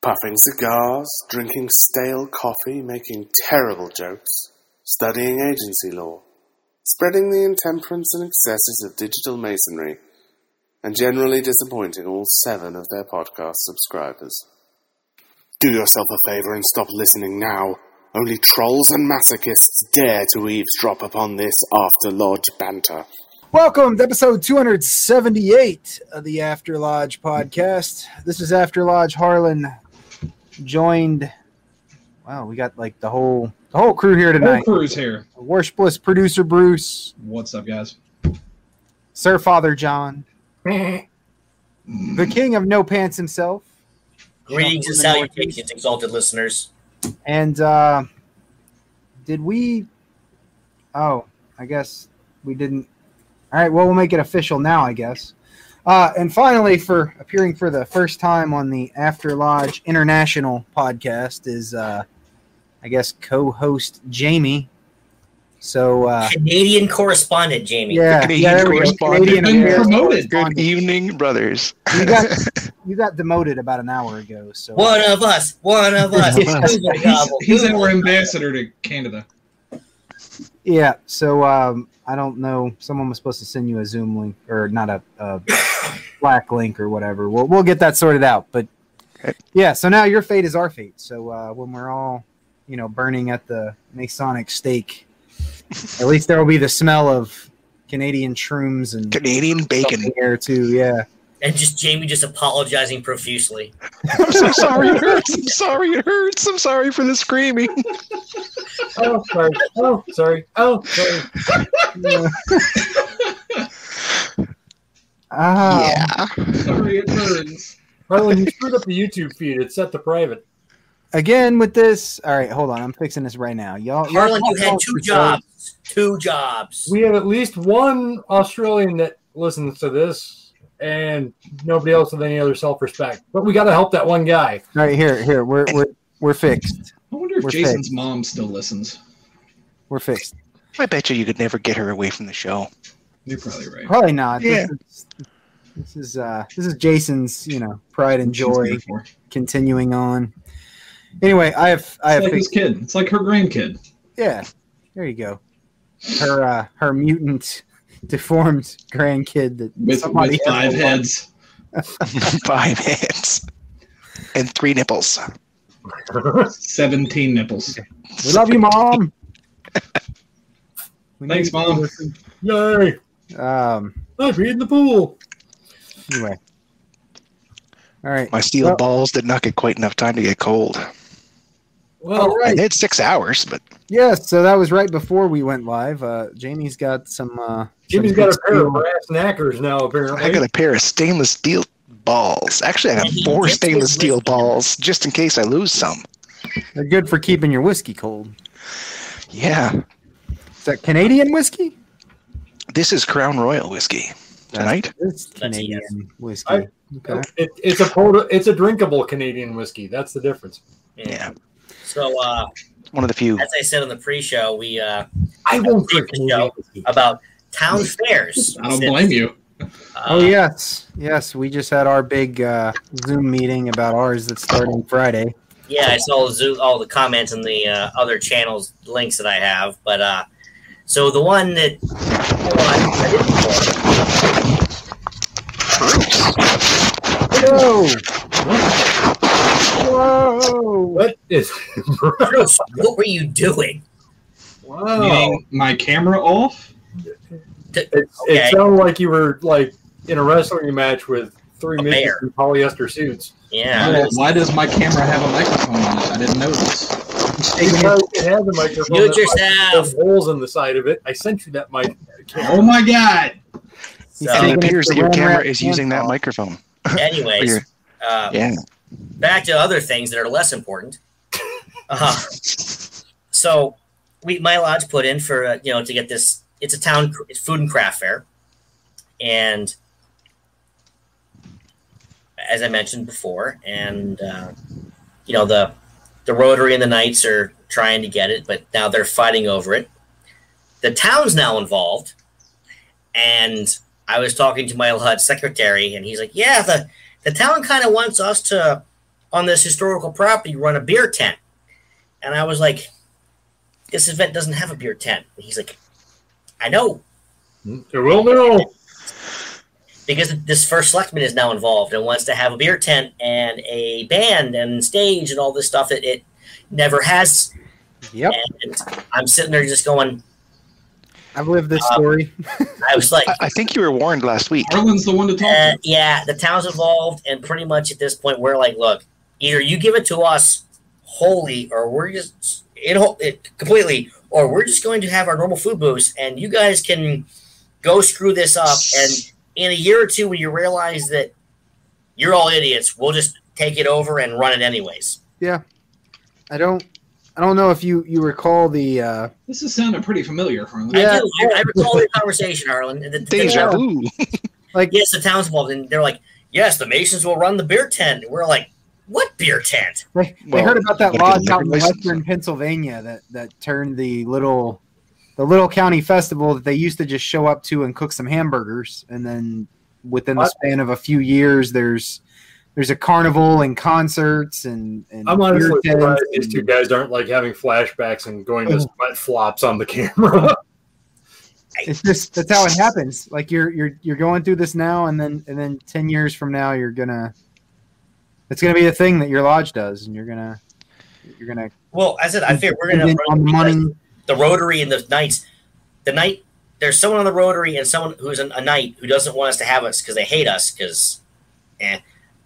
Puffing cigars, drinking stale coffee, making terrible jokes, studying agency law, spreading the intemperance and excesses of digital masonry, and generally disappointing all seven of their podcast subscribers. Do yourself a favor and stop listening now. Only trolls and masochists dare to eavesdrop upon this after lodge banter. Welcome to episode 278 of the After Lodge podcast. This is After Lodge Harlan joined Wow, we got like the whole the whole crew here Whole tonight. crew's here. Worshipless producer Bruce, What's up, guys? Sir Father John, the king of no pants himself, Greetings and salutations, exalted listeners. and uh did we Oh, I guess we didn't. All right, well we'll make it official now, I guess. Uh, and finally, for appearing for the first time on the After Lodge International podcast is, uh, I guess, co-host Jamie. So uh, Canadian correspondent Jamie. yeah, Canadian yeah, there we go. correspondent. Canadian Been affairs promoted. correspondent. Good evening, brothers. You got you got demoted about an hour ago. So One of us. One of us. Google He's, gobble, he's Google our gobble. ambassador to Canada. yeah, so um, I don't know. Someone was supposed to send you a Zoom link or not a, a Slack link or whatever. We'll we'll get that sorted out. But Okay. yeah, so now your fate is our fate. So uh, when we're all you know burning at the Masonic stake, at least there will be the smell of Canadian shrooms and Canadian bacon. something here too. Yeah. And just Jamie just apologizing profusely. I'm so sorry it hurts. I'm sorry it hurts. I'm sorry for the screaming. Oh, sorry. Oh, sorry. Oh, sorry. Ah. yeah. Sorry, it burns. Harlan, you screwed up the YouTube feed. It's set to private. Again with this. All right, hold on. I'm fixing this right now. Y'all, y'all- Harlan, you had y'all- two jobs. Two jobs. We have at least one Australian that listens to this, and nobody else with any other self respect. But we got to help that one guy. All right here, here. We're we're we're fixed. I wonder if We're Jason's fixed. mom still listens. We're fixed. I bet you you could never get her away from the show. You're probably right. Probably not. Yeah. This is, this is uh this is Jason's, you know, pride and She's here joy for. It's continuing on. Anyway, I have I have like his fixed, kid. It's like her grandkid. yeah. There you go. Her uh her mutant deformed grandkid that With, somebody with else five will heads. Five hands and three nipples. Seventeen nipples. love. We love you, mom. We Thanks, know you Mom. listen. Yay! Um I peed in the pool. anyway. All right. My steel Well- balls did not get quite enough time to get cold. Well, All I right. did six hours, but Yes, so that was right before we went live. Uh, Jamie's got some. Uh, Jimmy's some got good a pair steel. of brass knackers now, apparently. I got a pair of stainless steel balls. Actually, I got four stainless steel balls just in case I lose some. They're Uh, good for keeping your whiskey cold. Yeah. Is that Canadian whiskey? This is Crown Royal whiskey tonight. It's That's a Canadian yes. whiskey. I- okay. It, it's a photo, it's a drinkable Canadian whiskey. That's the difference. Yeah. So uh, One of the few. as I said on the pre-show, we uh, I won't drink Good Canadian show. whiskey. about town fairs. Mm. I don't blame you. Uh, oh yes, yes. We just had our big uh, Zoom meeting about ours that's starting Friday. Yeah, I saw Zoo, all the comments in the uh, other channels links that I have, but uh, so the one that hold on, I didn't Whoa! Whoa! What is. Bruce, what were you doing? Oh. wow. Meaning my camera off. It, Okay. it sounded like you were like in a wrestling match with three A midgets bear. in polyester suits. Yeah. Why- Why does my camera have a microphone on it? I didn't notice. Because it had the microphone. Mute that yourself. has holes in the side of it. I sent you that mic. Oh my god! He's So, And taking it appears Mr. that your Ram camera Rat is using that Hancock. microphone. anyways, Weird. uh, Yeah. back to other things that are less important. Uh, Uh-huh. So we my lodge put in for uh, you know to get this. It's a town cr- it's food and craft fair, and as I mentioned before, and uh, you know the the Rotary and the Knights are trying to get it, but now they're fighting over it. The town's now involved, and I was talking to my lodge secretary, and he's like, "Yeah, the the town kind of wants us to on this historical property run a beer tent," and I was like, "This event doesn't have a beer tent." And he's like, "I know, Oh. It will know. because this first selectman is now involved and wants to have a beer tent and a band and stage and all this stuff that it never has. Yep, And I'm sitting there just going, I've lived this Uh, story. I was like, I, I think you were warned last week. Arlen's the one to talk uh, to. yeah, the town's involved. And pretty much at this point, we're like, look, either you give it to us wholly or we're just it, whole- it completely, or we're just going to have our normal food booths and you guys can go screw this up. And in a year or two, when you realize that you're all idiots, we'll just take it over and run it anyways. I don't, I don't know if you you recall the. Uh, This is sounding pretty familiar, Harlan. Yeah. I do. I, I recall the conversation, Harlan. The, the, Deja the- vu. yes, the town's involved, and they're like, "Yes, the Masons will run the beer tent." And we're like, "What beer tent?" they, they Well, heard about you that gotta get a lodge out liquor in license. western Pennsylvania that that turned the little, the little county festival that they used to just show up to and cook some hamburgers, and then within the What? span of a few years, there's there's a carnival and concerts and and I'm honestly beer surprised tents these two and- guys aren't like having flashbacks and going Oh. to sweat flops on the camera. it's just that's how it happens. Like you're you're you're going through this now, and then and then ten years from now, you're gonna. It's gonna be the thing that your lodge does, and you're gonna you're gonna Well, I said I figured we're gonna depend run on it because money. the Rotary and the Knights. The Knight, there's someone on the Rotary and someone who's an, a Knight who doesn't want us to have us because they hate us because, eh.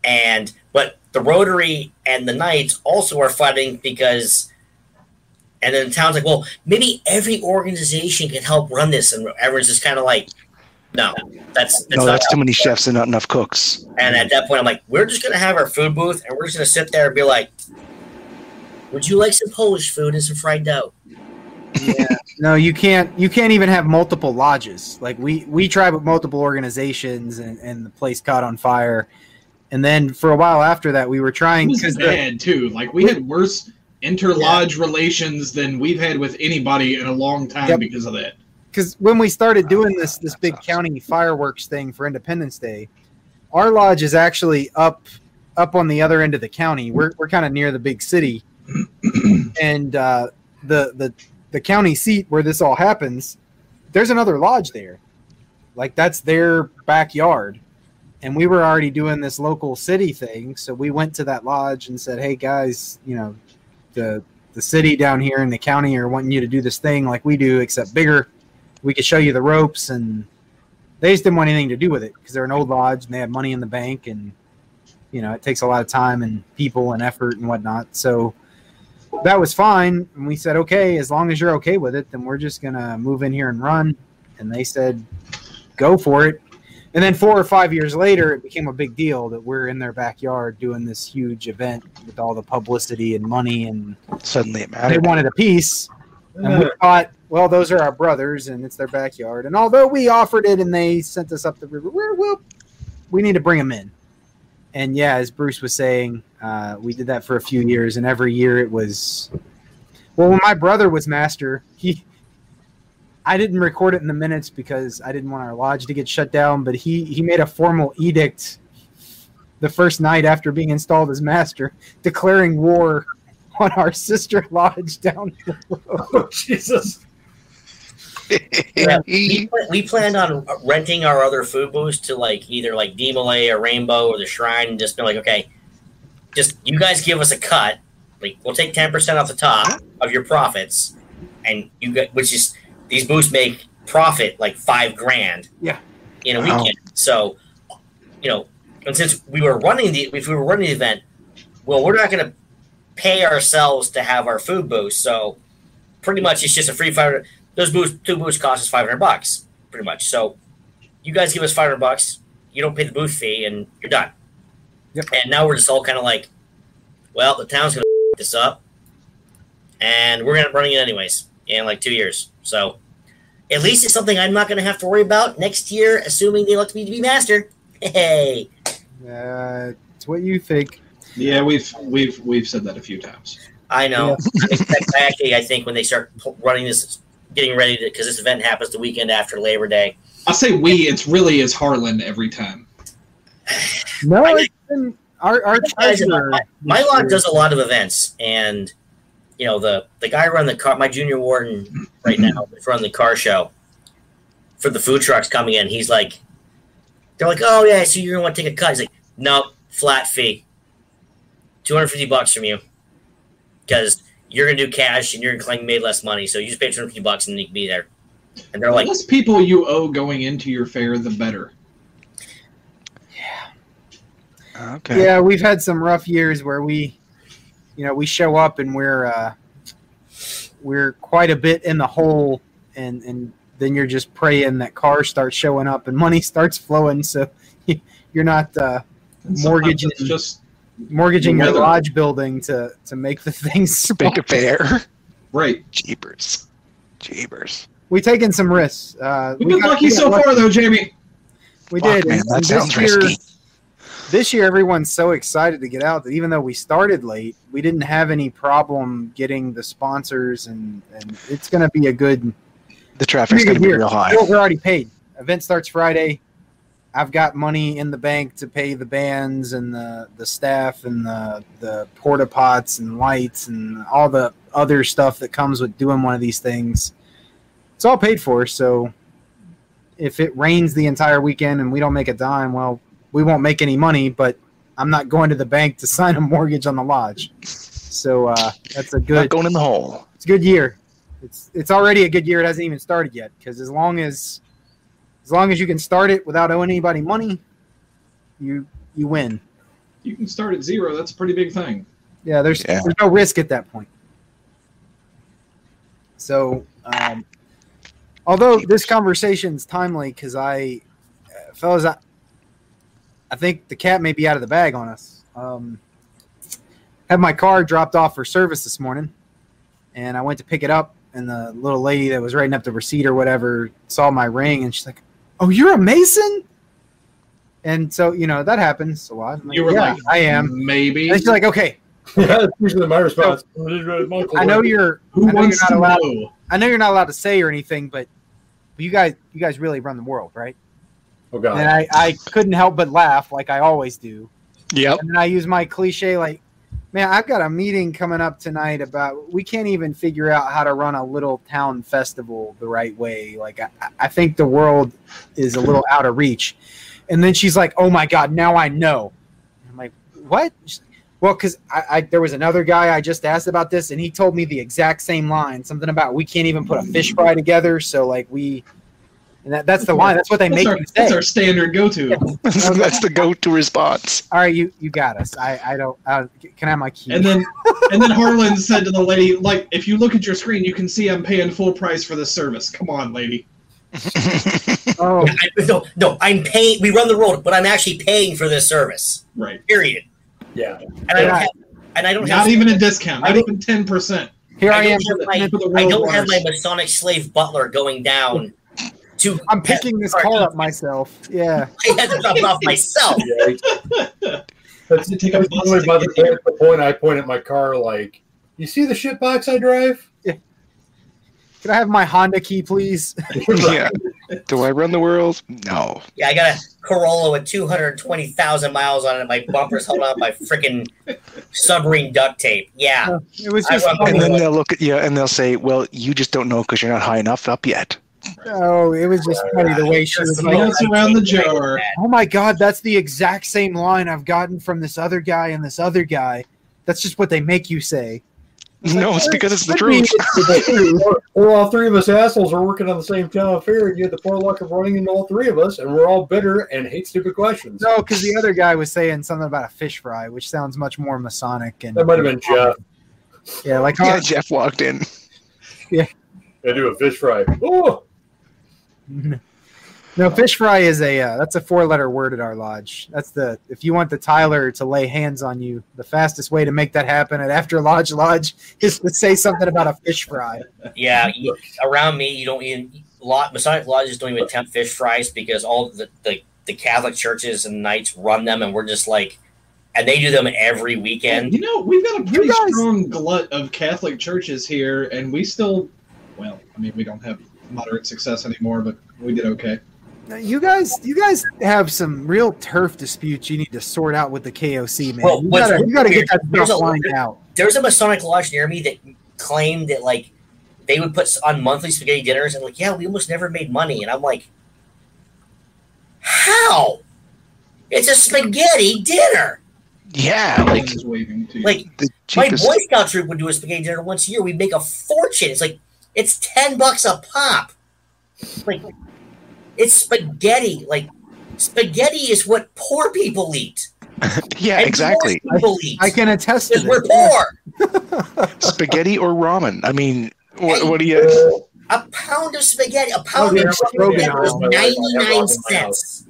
and but the Rotary and the Knights also are fighting because. And then the town's like, well, maybe every organization can help run this, and everyone's just kind of like, no, that's, that's No, not that's too many chefs and not enough cooks. And at that point, I'm like, we're just gonna have our food booth, and we're just gonna sit there and be like, "Would you like some Polish food and some fried dough?" No, you can't. You can't even have multiple lodges. Like we we tried with multiple organizations, and and the place caught on fire. And then for a while after that, we were It trying was because bad, too. Like, we had worse interlodge relations than we've had with anybody in a long time Yep. because of that. because when we started doing this this That's big awesome. county fireworks thing for Independence Day, our lodge is actually up up on the other end of the county. We're we're kind of near the big city, and uh, the the the county seat where this all happens, there's another lodge there, like that's their backyard, and we were already doing this local city thing, so we went to that lodge and said, hey guys, you know, the the city down here in the county are wanting you to do this thing like we do, except bigger we could show you the ropes and they just didn't want anything to do with it because they're an old lodge and they had money in the bank and you know it takes a lot of time and people and effort and whatnot so that was fine and we said okay as long as you're okay with it then we're just gonna move in here and run and they said go for it and then four or five years later it became a big deal that we're in their backyard doing this huge event with all the publicity and money and Suddenly it they mattered. wanted a piece and we thought, well, those are our brothers, and it's their backyard. And although we offered it, and they sent us up the river, we're, we'll, we need to bring them in. And yeah, as Bruce was saying, uh, we did that for a few years, and every year it was. Well, when my brother was master, he, I didn't record it in the minutes because I didn't want our lodge to get shut down. But he he made a formal edict the first night after being installed as master, declaring war on our sister lodge down oh, Jesus. We, pla- we planned on renting our other food booths to like either like Demolay or Rainbow or the Shrine, and just be like, "Okay, just you guys give us a cut. Like we'll take ten percent off the top of your profits, and you get which is these booths make profit like five grand. Yeah. in a Wow. weekend. So, you know, and since we were running the if we were running the event, well, we're not going to pay ourselves to have our food booth. So, pretty much, it's just a free five hundred. Those booths, two booths, cost us five hundred bucks, pretty much. So, you guys give us five hundred bucks. You don't pay the booth fee, and you're done. Yep. And now we're just all kind of like, well, the town's going to this up, and we're gonna running it anyways in like two years. So at least it's something I'm not gonna have to worry about next year, assuming they elect me to be master. Hey, Uh, it's what you think. Yeah, we've we've we've said that a few times. I know. In fact, I actually, I think when they start pu- running this, getting ready to, because this event happens the weekend after Labor Day. I say we. It's really is Harlan every time. No, I- it's been our our Guys, treasurer my- My this log year- does a lot of events, and you know the the guy run the car. My junior warden right now is running the car show for the food trucks coming in. He's like, they're like, oh yeah, so you're gonna want to take a cut? He's like, no, flat fee, two hundred fifty bucks from you, because you're gonna do cash and you're gonna claim you made less money, so you just pay two hundred fifty bucks and you can be there. And they're The like, less people you owe going into your fair, the better. Okay. Yeah, we've had some rough years where we, you know, we show up and we're uh, we're quite a bit in the hole, and and then you're just praying that cars start showing up and money starts flowing, so you're not uh, And sometimes Mortgage It's and- just mortgaging your Weather. lodge building to to make the things. Make a fair. right. Jeepers. Jeepers. We've taken some risks. Uh, We've we been got- lucky we got so far, though, Jamie. We Fuck, did. man, and- that and sounds this year- risky. this year everyone's so excited to get out that even though we started late we didn't have any problem getting the sponsors and, and it's going to be a good The traffic's Pretty good going to be year. real high. we're already paid event starts friday i've got money in the bank to pay the bands and the, the staff and the, the porta pots and lights and all the other stuff that comes with doing one of these things it's all paid for so if it rains the entire weekend and we don't make a dime well we won't make any money but i'm not going to the bank to sign a mortgage on the lodge so uh, that's a Not good going in the hole. it's a good year. It's it's already a good year. It hasn't even started yet because as long as as long as you can start it without owing anybody money, you you win. You can start at zero. That's a pretty big thing. Yeah, there's Yeah. there's no risk at that point. So, um, although this conversation's timely because I, uh, fellas, I, I think the cat may be out of the bag on us. Um, had my car dropped off for service this morning, and I went to pick it up, and the little lady that was writing up the receipt or whatever saw my ring, and she's like, "Oh, you're a Mason." And so you know that happens a lot. I'm You were "Yeah, like, I am. Maybe. And she's like, okay, That's usually my response. I I know you're. Who I know wants you're not to allowed- know? I know you're not allowed to say or anything, but you guys, you guys really run the world, right? Oh god. And I, I couldn't help but laugh, like I always do. Yep. And then I use my cliche, like, man, I've got a meeting coming up tonight about we can't even figure out how to run a little town festival the right way. Like, I, I think the world is a little out of reach. And then she's like, oh my god, now I know. I'm like, what? She's like, well, because I, I there was another guy I just asked about this, and he told me the exact same line, something about we can't even put a fish fry together, so like we, and that, that's the line. That's what they That's make our, you say. that's our standard go-to. That's the go to response. All right, you you got us. I I don't. Uh, can I have my key? And then, and then Harlan said to the lady, "Like, if you look at your screen, you can see I'm paying full price for this service. Come on, lady. oh, I, no, no, I'm paying. We run the road, but I'm actually paying for this service. Right? Period. yeah. And I don't Yeah. have. And I don't have. Not even a discount. Not I don't- even ten percent. here I, I am. don't have my, For the I world don't have my wars. Masonic slave butler going down to. I'm picking this Sorry. call up myself. Yeah, I had to drop it off myself. yeah. That's You take a that's bus usually to by get the, here. the point I point at my car like, you see the shit box I drive? can I have my Honda key, please? yeah. Do I run the world? No. Yeah, I got a Corolla with 220,000 miles on it. My bumper's held on by freaking submarine duct tape. Yeah. It was I just. want funny. And then they'll look at you and they'll say, well, you just don't know because you're not high enough up yet. Oh, it was just funny the way she was Just like, Dance around the Right. jar. "Oh my God, that's the exact same line I've gotten from this other guy and this other guy." That's just what they make you say. No, it's because it's the Could be truth. it's the truth. Well, all three of us assholes are working on the same town fair, and you had the poor luck of running into all three of us, and we're all bitter and hate stupid questions. No, because the other guy was saying something about a fish fry, which sounds much more Masonic and That might have been Jeff. yeah, like Yeah, Jeff walked in. I do a fish fry. Oh, No, fish fry is a uh, that's a four letter word at our lodge. That's the if you want the Tyler to lay hands on you, the fastest way to make that happen at After Lodge Lodge is to say something about a fish fry. Yeah, you, around me, you don't even lot Masonic lodges don't even attempt fish fries because all the, the the Catholic churches and knights run them, and we're just like, and they do them every weekend. You know, we've got a pretty guys- strong glut of Catholic churches here, and we still, well, I mean, we don't have moderate success anymore, but we did okay. Now, You guys, you guys have some real turf disputes you need to sort out with the KOC, man. Well, you, what's gotta, you gotta get that there's stuff a- lined out. There's a Masonic lodge near me that claimed that like they would put s- on monthly spaghetti dinners, and like, yeah, we almost never made money, and I'm like, how? It's a spaghetti dinner. Yeah, Alan like is waving to you. Like the my cheapest. Boy Scout troop would do a spaghetti dinner once a year. We'd make a fortune. It's like it's ten bucks a pop. Like it's spaghetti. Like spaghetti is what poor people eat. yeah, And exactly. poor people eat I can attest to because we're this. poor. Spaghetti or ramen. I mean, what, Hey. what do you? A pound of spaghetti, a pound yeah, of Rogan spaghetti was Island, by the way, ninety I have nine Rogan in my house. cents.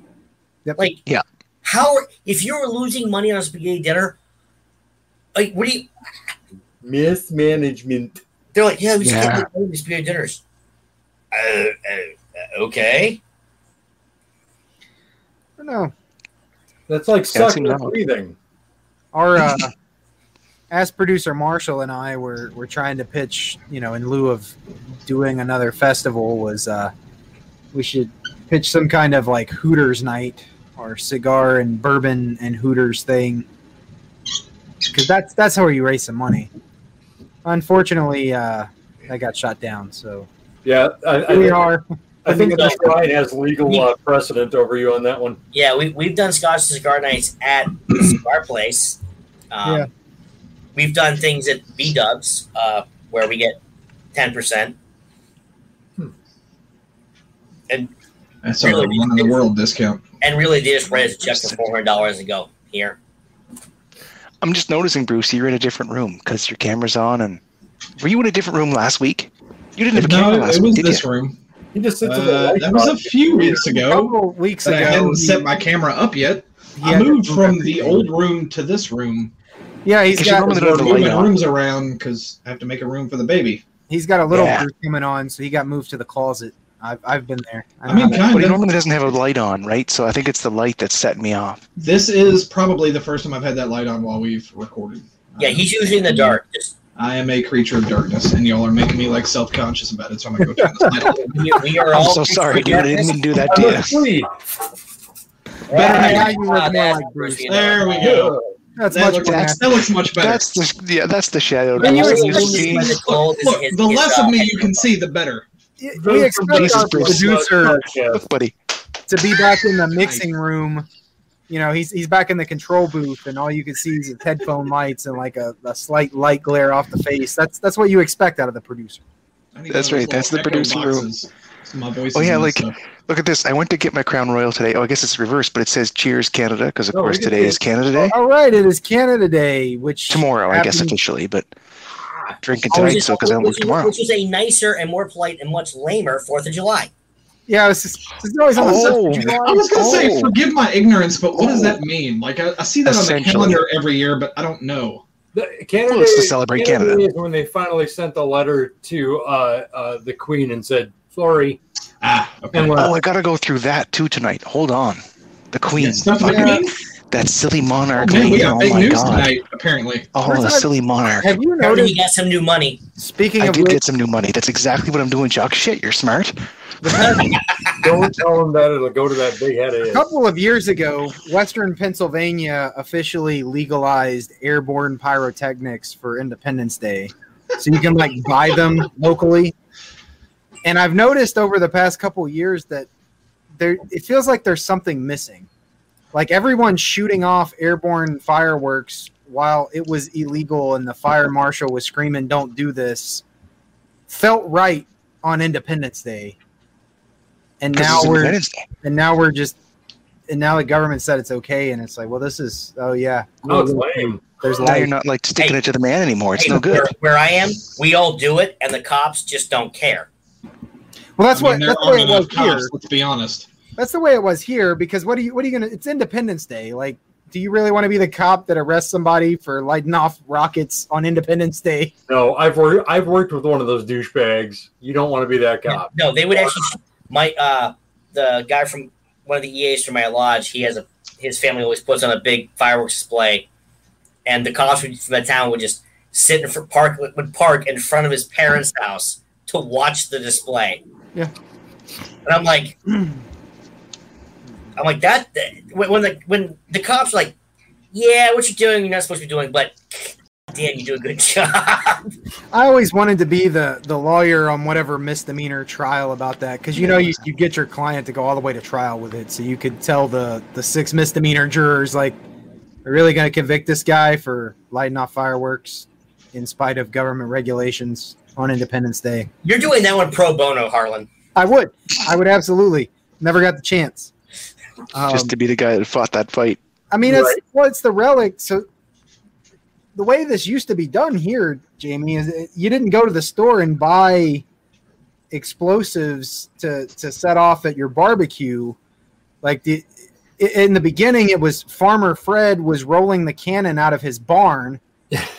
Yep. Like Yeah. how are, if you were losing money on a spaghetti dinner, like what do you? Mismanagement. They're like, yeah, we just Yeah. can't make money with spaghetti dinners. Uh, uh, okay. I don't know. That's like Yeah, it sucking seems and that way. breathing. Our uh, as producer Marshall and I were were trying to pitch, you know, in lieu of doing another festival, was uh, we should pitch some kind of like Hooters night or cigar and bourbon and Hooters thing, because that's that's how you raise some money. Unfortunately, uh, that got shot down. So Yeah, I, I, here we are. I think that Ryan has legal uh, precedent over you on that one. Yeah, we, we've done Scotch and Cigar Nights at Cigar Place. Um, Yeah. We've done things at B Dubs uh, where we get 10%. I saw a Uh, one in the world discount. And really, they just write us a check for $400 and go, here. I'm just noticing, Bruce, you're in a different room because your camera's on. And were you in a different room last week? You didn't have a camera No, last it was week, did this you? room. He just sits in the Uh, light that was a box. few weeks A ago. couple weeks Oh. But I ago, hadn't set my camera up yet. Yeah, I moved that's from what the I'm old room to this room. yeah, he's Because you got normally don't We're have the light moving on. rooms around because I have to make a room for the baby. He's got a little Yeah. beard coming on, so he got moved to the closet. I've, I've been there. Uh, I mean, know. kind But he of. normally doesn't have a light on, right? So I think it's the light that's setting me off. This is probably the first time I've had that light on while we've recorded. Yeah, Um, he's usually in the dark. Just, I am a creature of darkness, and y'all are making me like self-conscious about it. So I'm gonna go turn this light off. we, we are I'm all. so sorry, dude. I didn't mean to do that to I'm you. asleep. Better now you look more that's like Bruce. Bruce. There we go. that's That much looks, more that's- that looks much better. That's the yeah. That's the shadow. When you That's were the sleeping, scene. when the gold is Look, his- the his, less uh, of me you can see, the better. natural. We expect Jesus our Christ. producer Look, buddy. to be back in the mixing room. You know, he's he's back in the control booth, and all you can see is his headphone lights and like a, a slight light glare off the face. That's that's what you expect out of the producer. I need That's one right, of those that's the little producer echo room. boxes, so my voice Oh, is yeah, in like- stuff. Look at this. I went to get my Crown Royal today. Oh, I guess it's reversed, but it says Cheers Canada because of No, we course can today do it. is Canada Day. All right, it is Canada Day, which Tomorrow, I guess Oh, Happy- officially, but drinking Oh, tonight, Which is- so because I don't work which is- tomorrow. Which is a nicer and more polite and much lamer Fourth of July. yeah, it's just, it's always on the Oh. subject line. I was gonna say, Oh. forgive my ignorance, but what does Oh. that mean? Like, I, I see that on the Essentially. calendar every year, but I don't know. The- Canada, Well, it's to celebrate Canada. Day is when they finally sent the letter to uh, uh, the Queen and said, sorry. Ah, okay. And left. Oh, I gotta go throrough that too tonight. Hold on. The Queen. Yeah, stuff Fucking- like that. That silly monarch. Man, we lady. got Oh big my news god. tonight, apparently. Oh, the silly monarch. Have you Apparently, he noticed? got some new money. Speaking I of did which, get some new money. That's exactly what I'm doing, Jock. Shit, you're smart. Don't tell them that it'll go to that big head of A his. couple of years ago, Western Pennsylvania officially legalized airborne pyrotechnics for Independence Day. So you can like buy them locally. And I've noticed over the past couple of years that there it feels like there's something missing. Like everyone's shooting off airborne fireworks while it was illegal and the fire marshal was screaming don't do this felt right on Independence Day. And 'Cause now it's we're Independence Day. and now we're just and now the government said it's okay and it's like well this is oh yeah No, it's lame. there's Now you're life not like sticking Hey. it to the man anymore. It's Hey, no good. Where, where I am, we all do it, and the cops just don't care. well that's I mean, what there that's aren't what it enough was cops, here let's be honest. That's the way it was here because what are you what are you gonna it's Independence Day. Like, do you really want to be the cop that arrests somebody for lighting off rockets on Independence Day? No, I've worked. I've worked with one of those douchebags. You don't want to be that cop. No, they would actually. My uh, the guy from one of the EAs from my lodge, he has a his family always puts on a big fireworks display, and the cops would, from the town would just sit in front park would park in front of his parents' house to watch the display. Yeah. and I'm like, I'm like that when when the when the cops are like, yeah, what you're doing, you're not supposed to be doing, but damn, you do a good job. I always wanted to be the the lawyer on whatever misdemeanor trial about that because you know you, you get your client to go all the way to trial with it, so you could tell the the six misdemeanor jurors like, we're really going to convict this guy for lighting off fireworks in spite of government regulations on Independence Day. You're doing that one pro bono, Harlan. I would, I would absolutely. Never got the chance. Um, just to be the guy that fought that fight. I mean, it's well, it's the relic. So the way this used to be done here, Jamie, is it, you didn't go to the store and buy explosives to to set off at your barbecue. Like the i- in the beginning, it was Farmer Fred was rolling the cannon out of his barn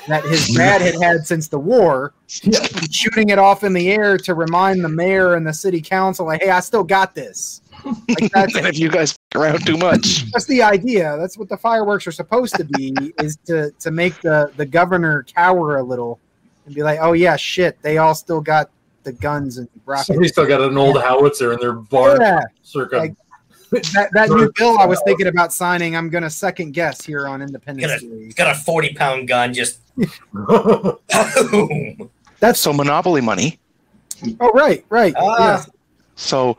that his dad had had since the war, and shooting it off in the air to remind the mayor and the city council, like, "Hey, I still got this." Like that's and if you guys f- around too much, that's the idea. That's what the fireworks are supposed to be is to to make the the governor cower a little and be like, "Oh yeah, shit, they all still got the guns and Somebody rockets." still got an old howitzer in their barn. Yeah, Circa. Like- that, that new bill I was thinking about signing, I'm gonna second guess here on Independence Day. He's got a 40 pound gun, just boom. That's so monopoly money. oh right, right. Ah. So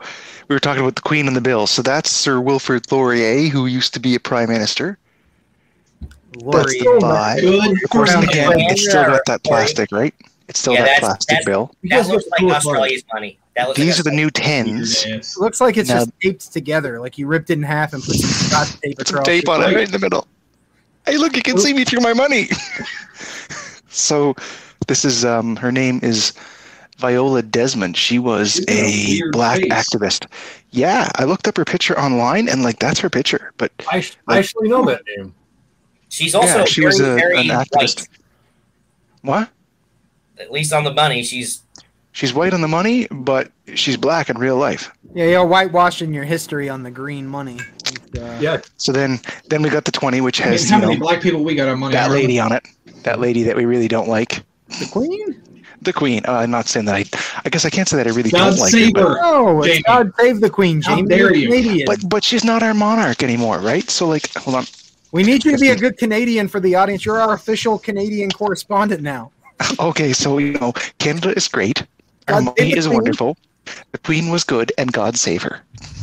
we were talking about the Queen and the Bill. So that's Sir Wilfrid Laurier, who used to be a prime minister. yes. That's Lori. the buy. Good. Of course, Crown again, Jewel. it's still got Sorry. that plastic, right? It's still Yeah, that that's- plastic that's- bill. That looks like Australia's money. That looks These are like the new tens. Yes. Looks like it's Now- just taped together. Like you ripped it in half and put some scotch tape Put some across. tape on it right in the middle. Hey, look, you can see me through my money. so this is um, her name is Viola Desmond. She was She's got a a weird black face. activist. Yeah, I looked up her picture online and like that's her picture, but I, sh- I actually know that name. she's also yeah, she very, was a, very an activist. What? white. At least on the money, she's She's white on the money, but she's black in real life. Yeah, you're whitewashing your history on the green money. And, uh, Yeah, So then then we got the 20 which I mean, has how you many know, black people we got on money? that Harlan? lady on it. That lady that we really don't like. The queen? The queen. Uh, I'm not saying that I I guess I can't say that I really God don't like her. save but- her. No, it's Jamie. God save the queen, How Jamie. dare You're you. Canadian. But but she's not our monarch anymore, right? So like, hold on. We need you to be a good Canadian for the audience. You're our official Canadian correspondent now. Okay, so you know, Canada is great. Our God save money the is Queen. wonderful. The Queen was good, and God save her.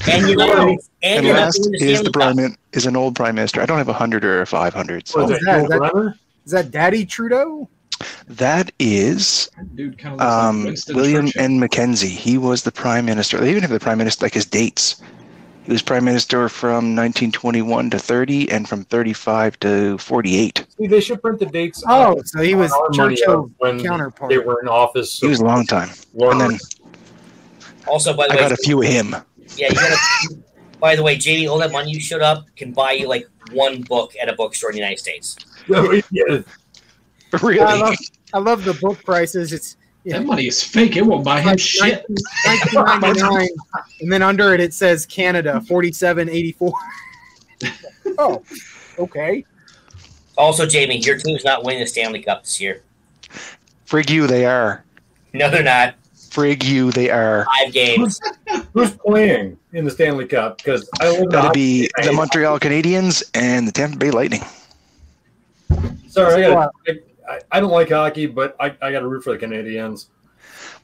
and you know, and And you're last not doing is the Stanley Cup. prime min- is an old prime minister. I don't have a hundred or a five hundred. So what Oh, is yeah, that? Yul that- Brynner? Is that Daddy Trudeau? that is Dude, kind of looks like um, Winston William Churchill. N. Mackenzie. He was the prime minister. They even have the prime minister like his dates. He was prime minister from 1921 to 30, and from 35 to 48. See, they should print the dates. Oh, on so he was our money Churchill of when counterpart. they were in office. He was a long time. Warren- And then Also, by the I way, got a few of him. yeah, you gotta. by the way, Jamie, all that money you showed up can buy you like one book at a bookstore in the United States. yeah, I Really? love, I love the book prices. It's yeah, That money is fake. It won't buy him like shit. 19- 1999, and then under it it says Canada 4784. oh, okay. Also, Jamie, your team's not winning the Stanley Cup this year. Frig you, they are. No, they're not. Frig you, they are. Five games. who's playing in the Stanley Cup? Because I live in That'd Hot- be I- the Montreal Canadiens and the Tampa Bay Lightning. Sorry, I, gotta, I, I don't like hockey, but I, I got to root for the Canadians.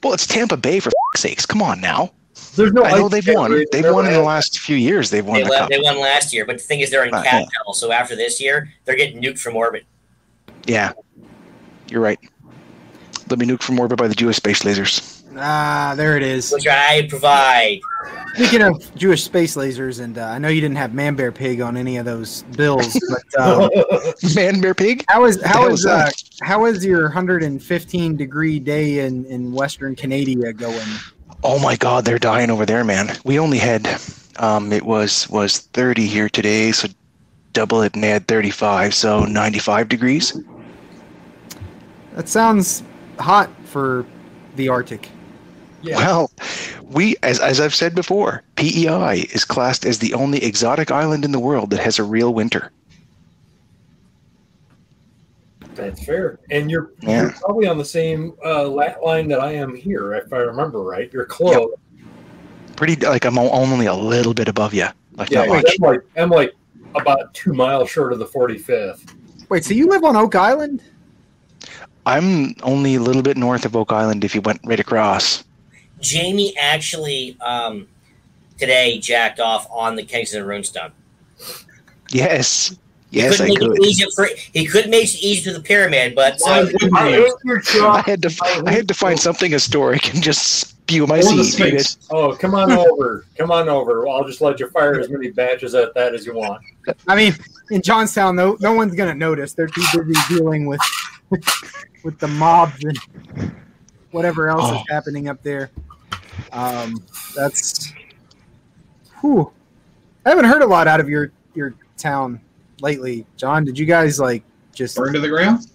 Well, it's Tampa Bay for f- sakes. Come on now. There's no. I know ice they've skating won. rink. They've They're won in bad. the last few years. They've won They, the le- cup. they won last year, but the thing is, they're in Right, cap hell. So after this year, they're getting nuked from orbit. Yeah, you're right. Let me nuke from orbit by the Jewish space lasers. Ah, there it is. which I provide. Speaking of Jewish space lasers, and uh, I know you didn't have Man Bear Pig on any of those bills, but um, Man, bear, pig. how is hell how was is uh, that? how is your 115 degree day in in Western Canada going? Oh my God, they're dying over there, man. We only had Um, it was was 30 here today, so double it and add 35, so 95 degrees. That sounds hot for the Arctic. Yeah. Well, we, as, as I've said before, PEI is classed as the only exotic island in the world that has a real winter. That's fair. And you're, you're Yeah. probably on the same uh, lat line that I am here, if I remember right. You're close. Pretty, like, I'm o- only a little bit above you. Like, Yeah, not much. I'm, like, I'm like about two miles short of the 45th. Wait, so you live on Oak Island? I'm only a little bit north of Oak Island if you went right across. Jamie actually um, today jacked off on the Kensington Runestone. Yes. Yes, couldn't I make could. it easier for he could make it easier to the pyramid, but Why uh, wouldn't I you? ate your I job. had to, I had to find something historic and just spew my Or the seeds. in Sphinx. it. Oh, come on over. Come on over. I'll just let you fire as many batches at that as you want. I mean, in Johnstown, no, no one's gonna notice. They're too busy dealing with with the mobs and whatever else is Oh. happening up there. Um, that's. Whew. I haven't heard a lot out of your your town lately, John. Did you guys like just Burn to the ground?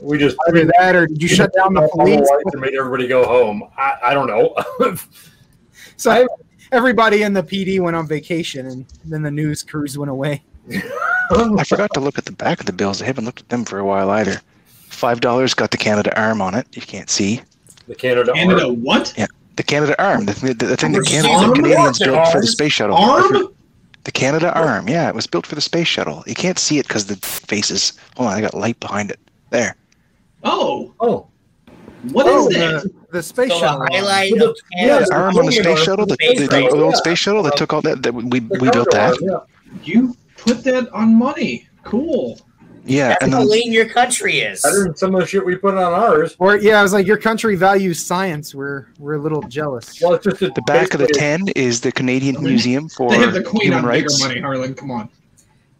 We just either that, or did you shut down the all police? lights and made everybody go home. I, I don't know. So everybody in the PD went on vacation, and then the news crews went away. I forgot to look at the back of the bills. I haven't looked at them for a while either. Five dollars got the Canada arm on it. You can't see the Canada. Canada, Arm. what? the Canada arm, the, the, the thing that Arm? Canada the Canadians built for the space shuttle. Arm? The Canada arm, yeah, it was built for the space shuttle. You can't see it because the faces. Hold on, I got light behind it. There, Oh, Oh, what Oh, is that? Oh, the, the space so shuttle. the highlight Well, of the- yeah, Canada, the arm on the Canadian space arm, shuttle, the, space the, race, the old yeah. space shuttle that took all that. that we the we built Canada that. Arm, yeah. You put that on money. Cool. Yeah, that's and how then lean your country is. Better than some of the shit we put on ours. Or yeah, I was like, your country values science. We're we're a little jealous. Well, it's just a, the back of the basically, ten is the Canadian They- Museum for They have the queen Human on Rights. bigger money, Harlan. Come on.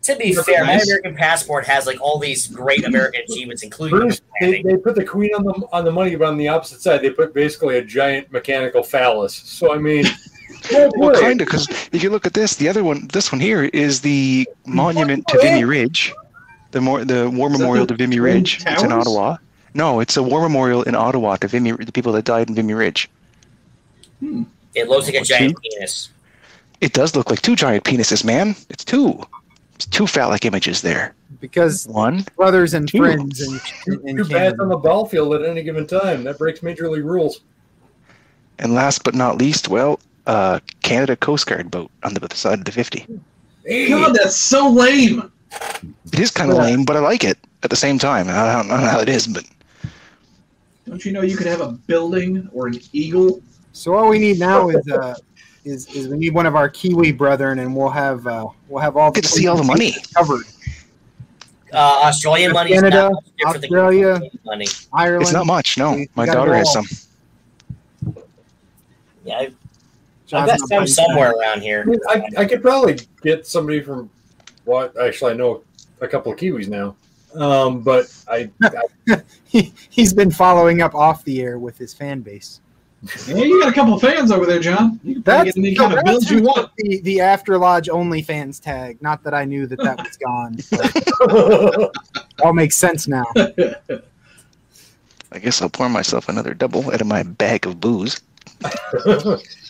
to be You're fair, my nice. American passport has like all these great American achievements, including Bruce, they, understanding. they put the queen on the on the money, but on the opposite side, they put basically a giant mechanical phallus. So I mean, don't Well, worry. kind of, because if you look at this, the other one, this one here is the monument to What? Vimy Ridge, the more the war that memorial the to Vimy Twin Ridge. It's in Towers? Ottawa. No, it's a war memorial in Ottawa to Vimy, the people that died in Vimy Ridge. It looks like a giant penis. It does look like two giant penises, man. It's two. It's two phallic images there. Because One. brothers and Two. friends and, two and pads on Canada. the ball field at any given time. That breaks major league rules. And last but not least, well, uh, Canada Coast Guard boat on the other side of the 50. God, that's so lame. It is kind of Yeah. lame, but I like it at the same time. I don't know how it is, but Don't you know you could have a building or an eagle? So all we need now is uh, is is we need one of our Kiwi brethren, and we'll have uh, we'll have all I get to see all the money. covered. Uh, Australian money is Canada, not much different than Australia. Canadian money. Ireland. It's not much, no. We- we My gotta daughter go has all- some. Yeah, I've, I've John's not got some buying somewhere that. around here. I, mean, I, I could probably get somebody from. Well, actually, I know a couple of Kiwis now, um, but I, I He, he's been following up off the air with his fan base. Yeah, you got a couple of fans over there, John. You can probably That's, get any kind of build that's you want. the the After Lodge OnlyFans tag. Not that I knew that that was gone. but it all makes sense now. I guess I'll pour myself another double out of my bag of booze.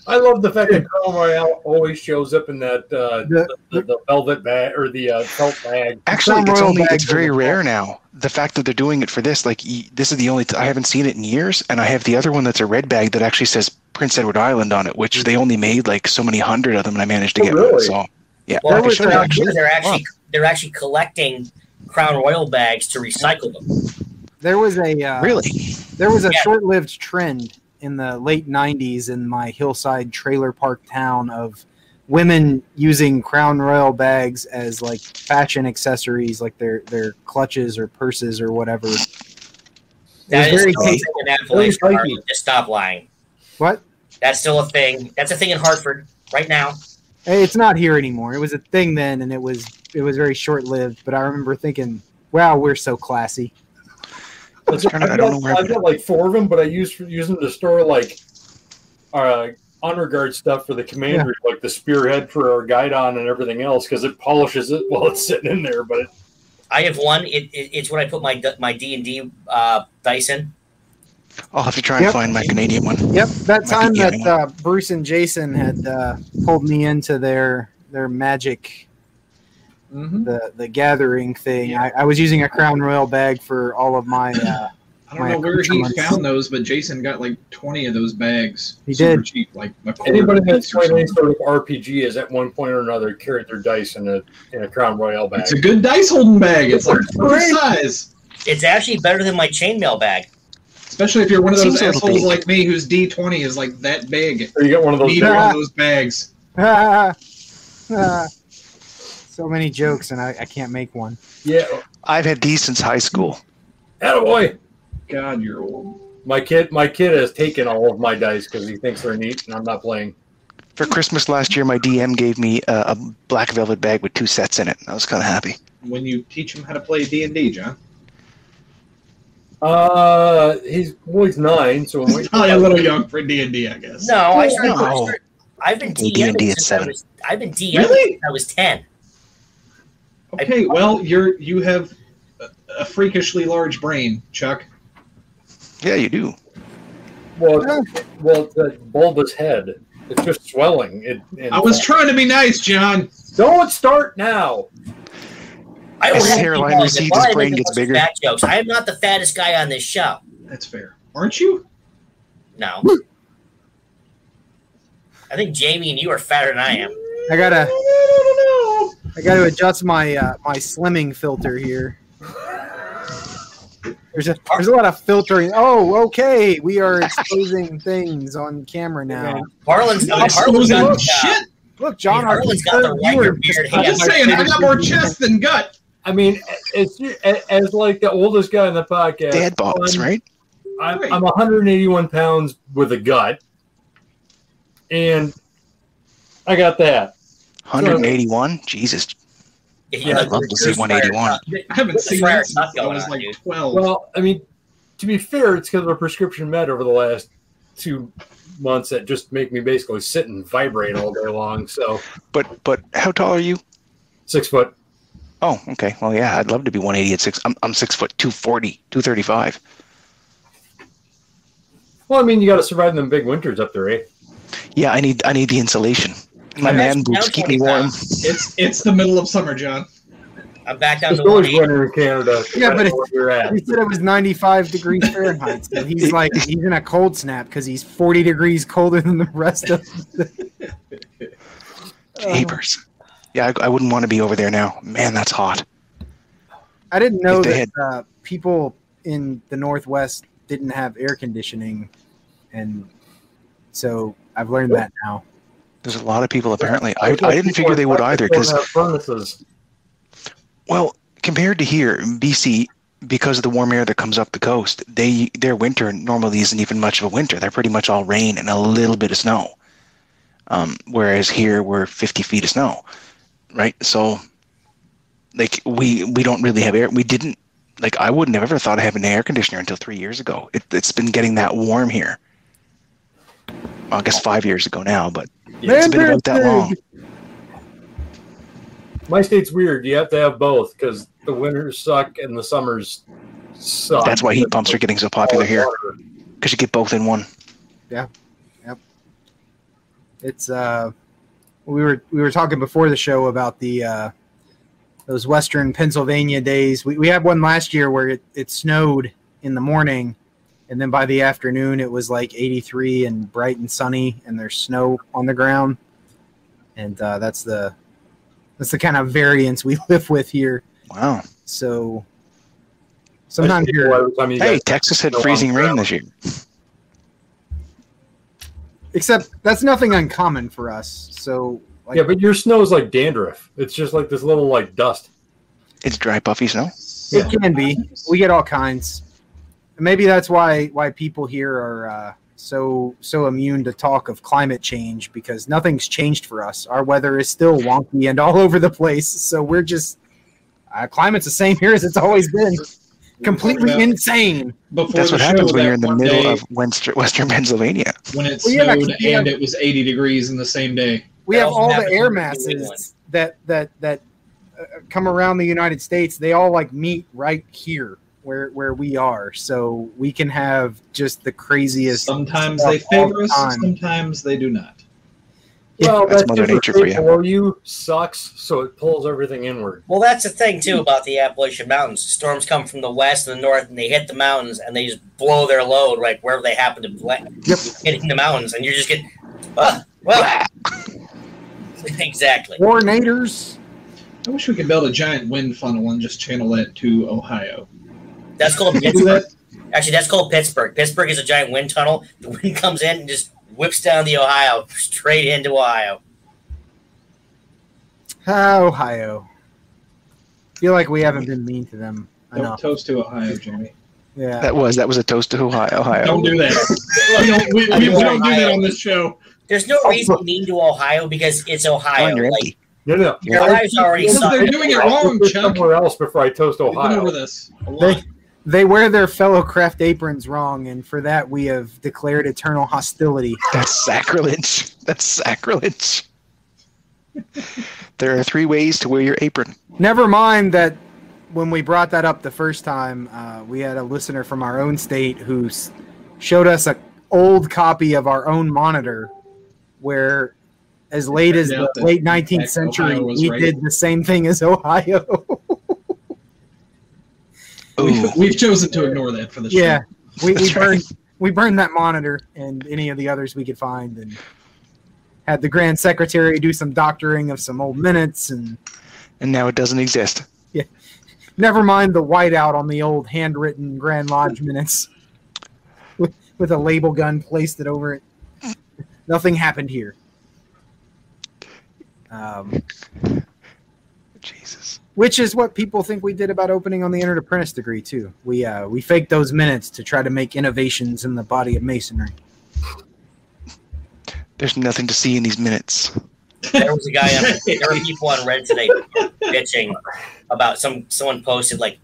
I love the fact that Crown Royale always shows up in that uh, The- the, the, the velvet bag or the uh, felt bag. Actually, not it's royal only bags it's very in the rare now. The fact that they're doing it for this, like y- this is the only I haven't seen it in years, and I have the other one that's a red bag that actually says Prince Edward Island on it, which they only made like so many hundred of them, and I managed to Oh, get one. really? So yeah, Well, I can they're, show you, out here, actually. they're actually they're actually collecting Crown Royal bags to recycle them. There was a uh, Really? There was a Yeah. short-lived trend in the late '90s in my hillside trailer park town of women using crown royal bags as like fashion accessories, like their their clutches or purses or whatever. That is very still a thing in Appalachia. Very Harvey. Just stop lying. What? That's still a thing. That's a thing in Hartford right now. Hey, Eh, It's not here anymore. It was a thing then, and it was it was very short-lived. But I remember thinking, "Wow, we're so classy." Let's turn it- I don't know where I I've put it. got like four of them, but I use use them to store like uh, honor guard stuff for the commander, like the spearhead for our guidon and everything else, because it polishes it while it's sitting in there. But it, I have one. It, it, it's when I put my d- my D and D uh, dice in. I'll have to try and Yep. find my Canadian one. Yep, that Might time be that getting uh, Bruce and Jason had uh, pulled me into their their magic Mm-hmm. the the gathering thing. I, I was using a crown royal bag for all of my. Uh, I don't My know where he accoutrements. found those, but Jason got like twenty of those bags. He super did. cheap, like a quarter anybody that's piece or played any something. sort of RPG has at one point or another carried their dice in a in a crown royale bag. It's a good dice holding bag. It's like perfect size, It's actually better than my chainmail bag. especially if you're one of those Seems a little assholes big. like me whose D twenty is like that big. or you got one of those. Need one of those bags. ah, ah. so many jokes, and I, I can't make one. Yeah, I've had these since high school. attaboy. God, you're old. My kid, my kid has taken all of my dice because he thinks they're neat, and I'm not playing. For Christmas last year, my DM gave me a, a black velvet bag with two sets in it. I was kind of happy. When you teach him how to play D and D, John, Uh, he's well, he's nine, so when we, he's Oh, probably a little young for D and D, I guess. No, I started. I Oh, No. started- I've been D&D DMing since at I seven. was. I've been DMing Really? since I was ten. Okay, well, you're you have a, a freakishly large brain, Chuck. Yeah, you do. well, well, that bulbous head, it's just swelling. It, and I was trying to be nice, John. don't start now. I As don't have hairline any balls. recedes, Why his am I brain making gets a bunch of bigger. Fat jokes. I am not the fattest guy on this show. That's fair. Aren't you? No. I think Jamie and you are fatter than I am. I gotta I don't know. I gotta adjust my uh, my slimming filter here. There's a there's a lot of filtering. Oh, okay, we are exposing things on camera now. Harlan's got, Nice. Harlan's got, uh, Losing shit. Look, John, our Harlan's got the viewer- right beard I'm just hair. saying, I got more chest than gut. I mean, it's as like the oldest guy in the podcast. Dad bods, I'm- right? I'm, I'm 181 pounds with a gut, and I got that. 181. Jesus. Yeah, I'd love to see 181. I haven't What the seen friar that since not I going was on, like dude? 12. Well, I mean, to be fair, it's because of a prescription med over the last two months that just make me basically sit and vibrate all day long. So But but how tall are you? six foot. Oh, okay. Well, yeah, I'd love to be 180 at six. I'm, I'm six foot 240, 235. Well, I mean, you got to survive them big winters up there, eh? Yeah, I need I need the insulation. My I'm man actually boobs down keep me 20 warm. pounds. it's it's the middle of summer, John. I'm back down It's to always 180. winter in Canada. Yeah, but depending it's- on where you're at. He said it was 95 degrees Fahrenheit. So he's like he's in a cold snap because he's 40 degrees colder than the rest of. Jeepers. Yeah, I, I wouldn't want to be over there now. Man, that's hot. I didn't know If they that had- uh, people in the Northwest didn't have air conditioning, and so I've learned that now. There's a lot of people apparently. I, I didn't figure they would either because furnaces. Well, compared to here, BC, because of the warm air that comes up the coast, they their winter normally isn't even much of a winter. They're pretty much all rain and a little bit of snow. Um, whereas here we're 50 feet of snow, right? So, like we we don't really have air. We didn't like I wouldn't have ever thought of having an air conditioner until three years ago. It, it's been getting that warm here. Well, I guess five years ago now, but it's been about that long. My state's weird. You have to have both because the winters suck and the summers suck. That's why heat pumps are getting so popular here Water. because you get both in one. It's uh, we were we were talking before the show about the uh, those Western Pennsylvania days. We we had one last year where it, it snowed in the morning, and then by the afternoon it was like 83 and bright and sunny, and there's snow on the ground, and uh, that's the that's the kind of variance we live with here. Wow. So sometimes People, you're every time you Hey, guys- Texas had go on freezing rain forever. this year. except that's nothing uncommon for us. So like yeah, but your snow is like dandruff. It's just like this little like dust. It's dry, puffy snow. It can be. We get all kinds. Maybe that's why why people here are uh, so so immune to talk of climate change because nothing's changed for us. Our weather is still wonky and all over the place. So we're just uh, climate's the same here as it's always been. completely Yeah. insane. Before That's the what happens show, when that you're in the one middle day of Western, Western Pennsylvania. when it Well, yeah, snowed we and have- it was 80 degrees in the same day. We That have also all the happens air in New masses England. that that that uh, come around the United States. They all like meet right here where where we are, so we can have just the craziest. Sometimes stuff they all favor the us, time. sometimes they do not. Yeah, well, that's that's Mother Mother Nature for you. For you sucks, so it pulls everything inward. Well, that's the thing too about the Appalachian Mountains. Storms come from the west and the north, and they hit the mountains, and they just blow their load like wherever they happen to bla- hitting the mountains, and you're just getting, ah, well, exactly. Tornadoes. I wish we could build a giant wind funnel and just channel that to Ohio. That's called Do Pittsburgh. that? Actually, that's called Pittsburgh. Pittsburgh is a giant wind tunnel. The wind comes in and just whips down the Ohio straight into Ohio. Ah, Ohio. Feel like we haven't been mean to them Don't enough. toast to Ohio, Jeremy. Yeah. That was that was a toast to Ohio. Ohio. Don't do that. we don't, we, we, we don't do that on this show. There's no reason to mean to Ohio because it's Ohio. You're Like, empty. No, no. You're Ohio's already Because sucked. they're doing it I'll wrong, go Chuck. somewhere else before I toast We've been over Ohio. this a lot. They wear their fellow craft aprons wrong, and for that we have declared eternal hostility. That's sacrilege. That's sacrilege. there are three ways to wear your apron. Never mind that when we brought that up the first time, uh, we had a listener from our own state who s- showed us a old copy of our own monitor where as late as turned the out that, late in 19th fact, century Ohio was we right. did the same thing as ohio Ooh, We've, we've chosen to ignore that for the show. yeah we, we That's right. burned we burned that monitor and any of the others we could find and had the grand secretary do some doctoring of some old minutes and and now it doesn't exist. Never mind the whiteout on the old handwritten Grand Lodge minutes with, with a label gun pasted over it. Nothing happened here. Um, Jesus. which is what people think we did about opening on the entered apprentice degree too. We uh, we faked those minutes to try to make innovations in the body of masonry. There's nothing to see in these minutes. There was a guy on there were people on Reddit today bitching about some someone posted like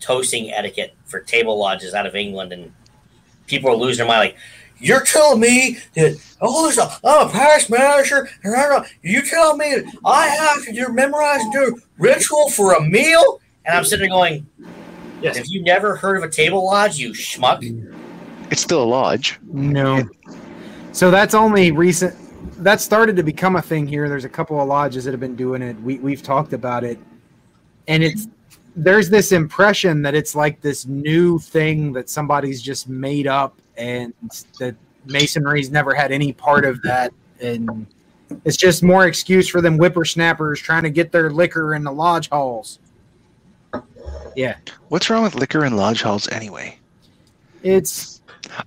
toasting etiquette for table lodges out of England and people were losing their mind like you're telling me that oh there's a I'm a parish manager and I don't know you tell me that I have to do- memorize and do ritual for a meal and I'm sitting there going Yes. have you never heard of a table lodge you schmuck It's still a lodge. No. So that's only recent. That started to become a thing here. There's a couple of lodges that have been doing it. We we've talked about it, and it's there's this impression that it's like this new thing that somebody's just made up, and that masonry's never had any part of that, and it's just more excuse for them whippersnappers trying to get their liquor in the lodge halls. What's wrong with liquor and lodge halls anyway? It's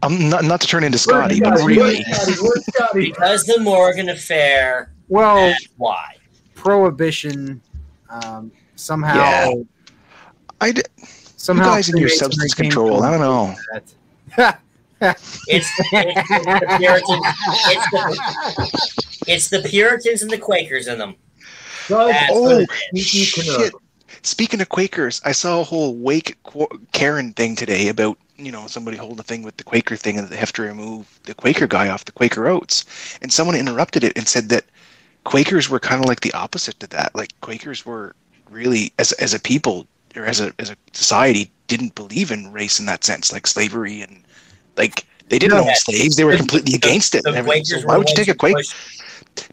I'm not not to turn into Scotty, but Where's Scotty? Where's really, Scotty? Where's Scotty? because the Morgan affair well that's why prohibition um, somehow. Yeah. I d- you somehow guys and your Freemasonry substance came control. from I don't know. that. It's, it's the Puritans. It's the, it's the Puritans and the Quakers in them. Doug, Oh Sneaky shit! Canuck. Speaking of Quakers, I saw a whole Wake Qu- Karen thing today about you know somebody holding a thing with the Quaker thing and they have to remove the Quaker guy off the Quaker oats, and someone interrupted it and said that Quakers were kind of like the opposite to that. Like Quakers were really as as a people or as a as a society didn't believe in race in that sense, like slavery and like. They didn't No. own slaves. They were completely against it. and The everything. Quakers So were why would you ones take who a Quaker? pushed-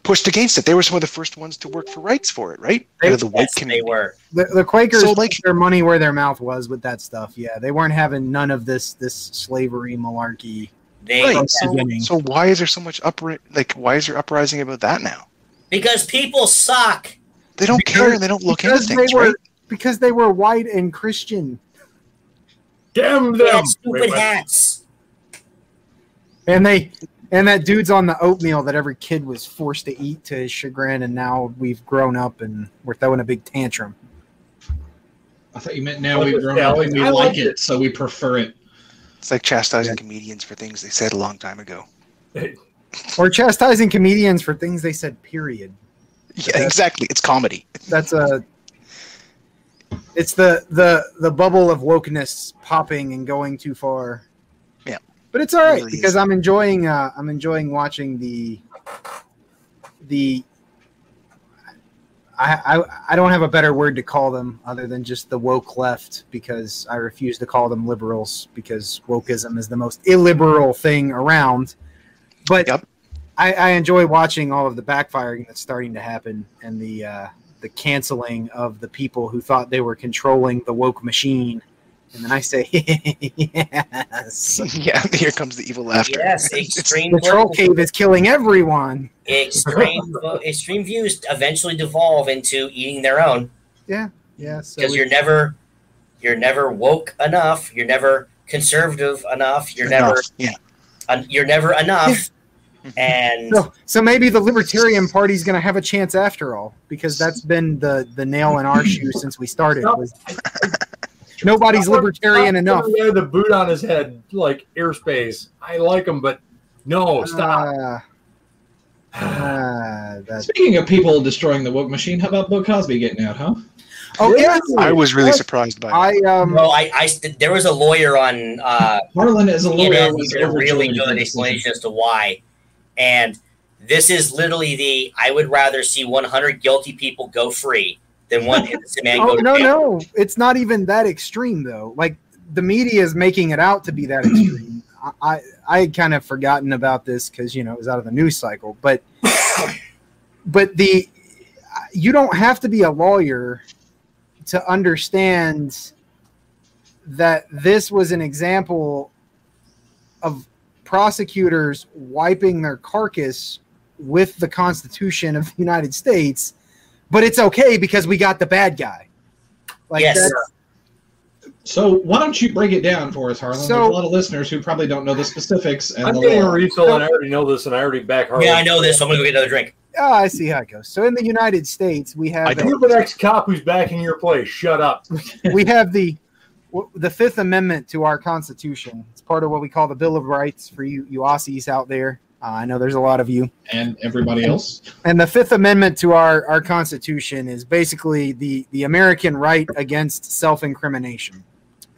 pushed against it. They were some of the first ones to work for rights for it, right? They- Out of the white Yes, they community. were. The, the Quakers So, so, like- their money where their mouth was with that stuff. Yeah, they weren't having none of this this slavery malarkey. They Right. From So, the beginning. so why is there so much upri- like why is there uprising about that now? because people suck. They don't Because- care and they don't look into Because they things, were right? because they were white and Christian, Damn They them! had stupid Wait, what? hats. and they and that dude's on the oatmeal that every kid was forced to eat to his chagrin, and now we've grown up and we're throwing a big tantrum. I thought you meant now we've grown up and we I like like it, so we prefer it. It's like chastising comedians for things they said a long time ago. Or chastising comedians for things they said. Period. Yeah, exactly. It's comedy. That's a It's the the the bubble of wokeness popping and going too far. Yeah. but it's all right Really because is. I'm enjoying uh, I'm enjoying watching the the. I, I, I don't have a better word to call them other than just the woke left because I refuse to call them liberals because wokeism is the most illiberal thing around. But Yep. I, I enjoy watching all of the backfiring that's starting to happen and the uh, the canceling of the people who thought they were controlling the woke machine. And then I say, yes. yeah, here comes the evil laughter. Yes, extreme The troll woke- cave is killing everyone. extreme vo- extreme views eventually devolve into eating their own Yeah, so because we- you're never you're never woke enough, you're never conservative enough, you're never Yeah. un- you're never enough, Yeah. and so, so maybe the Libertarian Party's going to have a chance after all, because that's been the, the nail in our shoe since we started. was nobody's libertarian enough. The guy with the boot on his head, like airspace. I like him, but no, stop. Uh, uh, that's, Speaking of people destroying the woke machine, how about Bill Cosby getting out, huh? oh, yeah. I was really Yes. surprised by I, um, well, I, I st- there was a lawyer on uh, Harlan as a lawyer CNN who was did a really overjoyed at this good decision. explanation as to why, and this is literally the I would rather see 100 guilty people go free than one innocent man Oh go to no, jail. no, it's not even that extreme though. Like the media is making it out to be that extreme. I, I, I had kind of forgotten about this because you know it was out of the news cycle, but but the you don't have to be a lawyer to understand that this was an example of prosecutors wiping their carcass with the Constitution of the United States, but it's okay because we got the bad guy. Like Yes. that's- So why don't you break it down for us, Harlan? So- There's a lot of listeners who probably don't know the specifics. Ah, And I'm the getting a law. refill, and I already know this, and I already back Harley. Yeah, I know this. So I'm gonna go get another drink. Ah, I see how it goes. So in the United States, we have I a- don't- You're the next cop who's backing your place. Shut up. we have the w- the Fifth Amendment to our Constitution. It's part of what we call the Bill of Rights for you you Aussies out there. Uh, I know there's a lot of you. And everybody else. And the Fifth Amendment to our our Constitution is basically the the American right against self incrimination.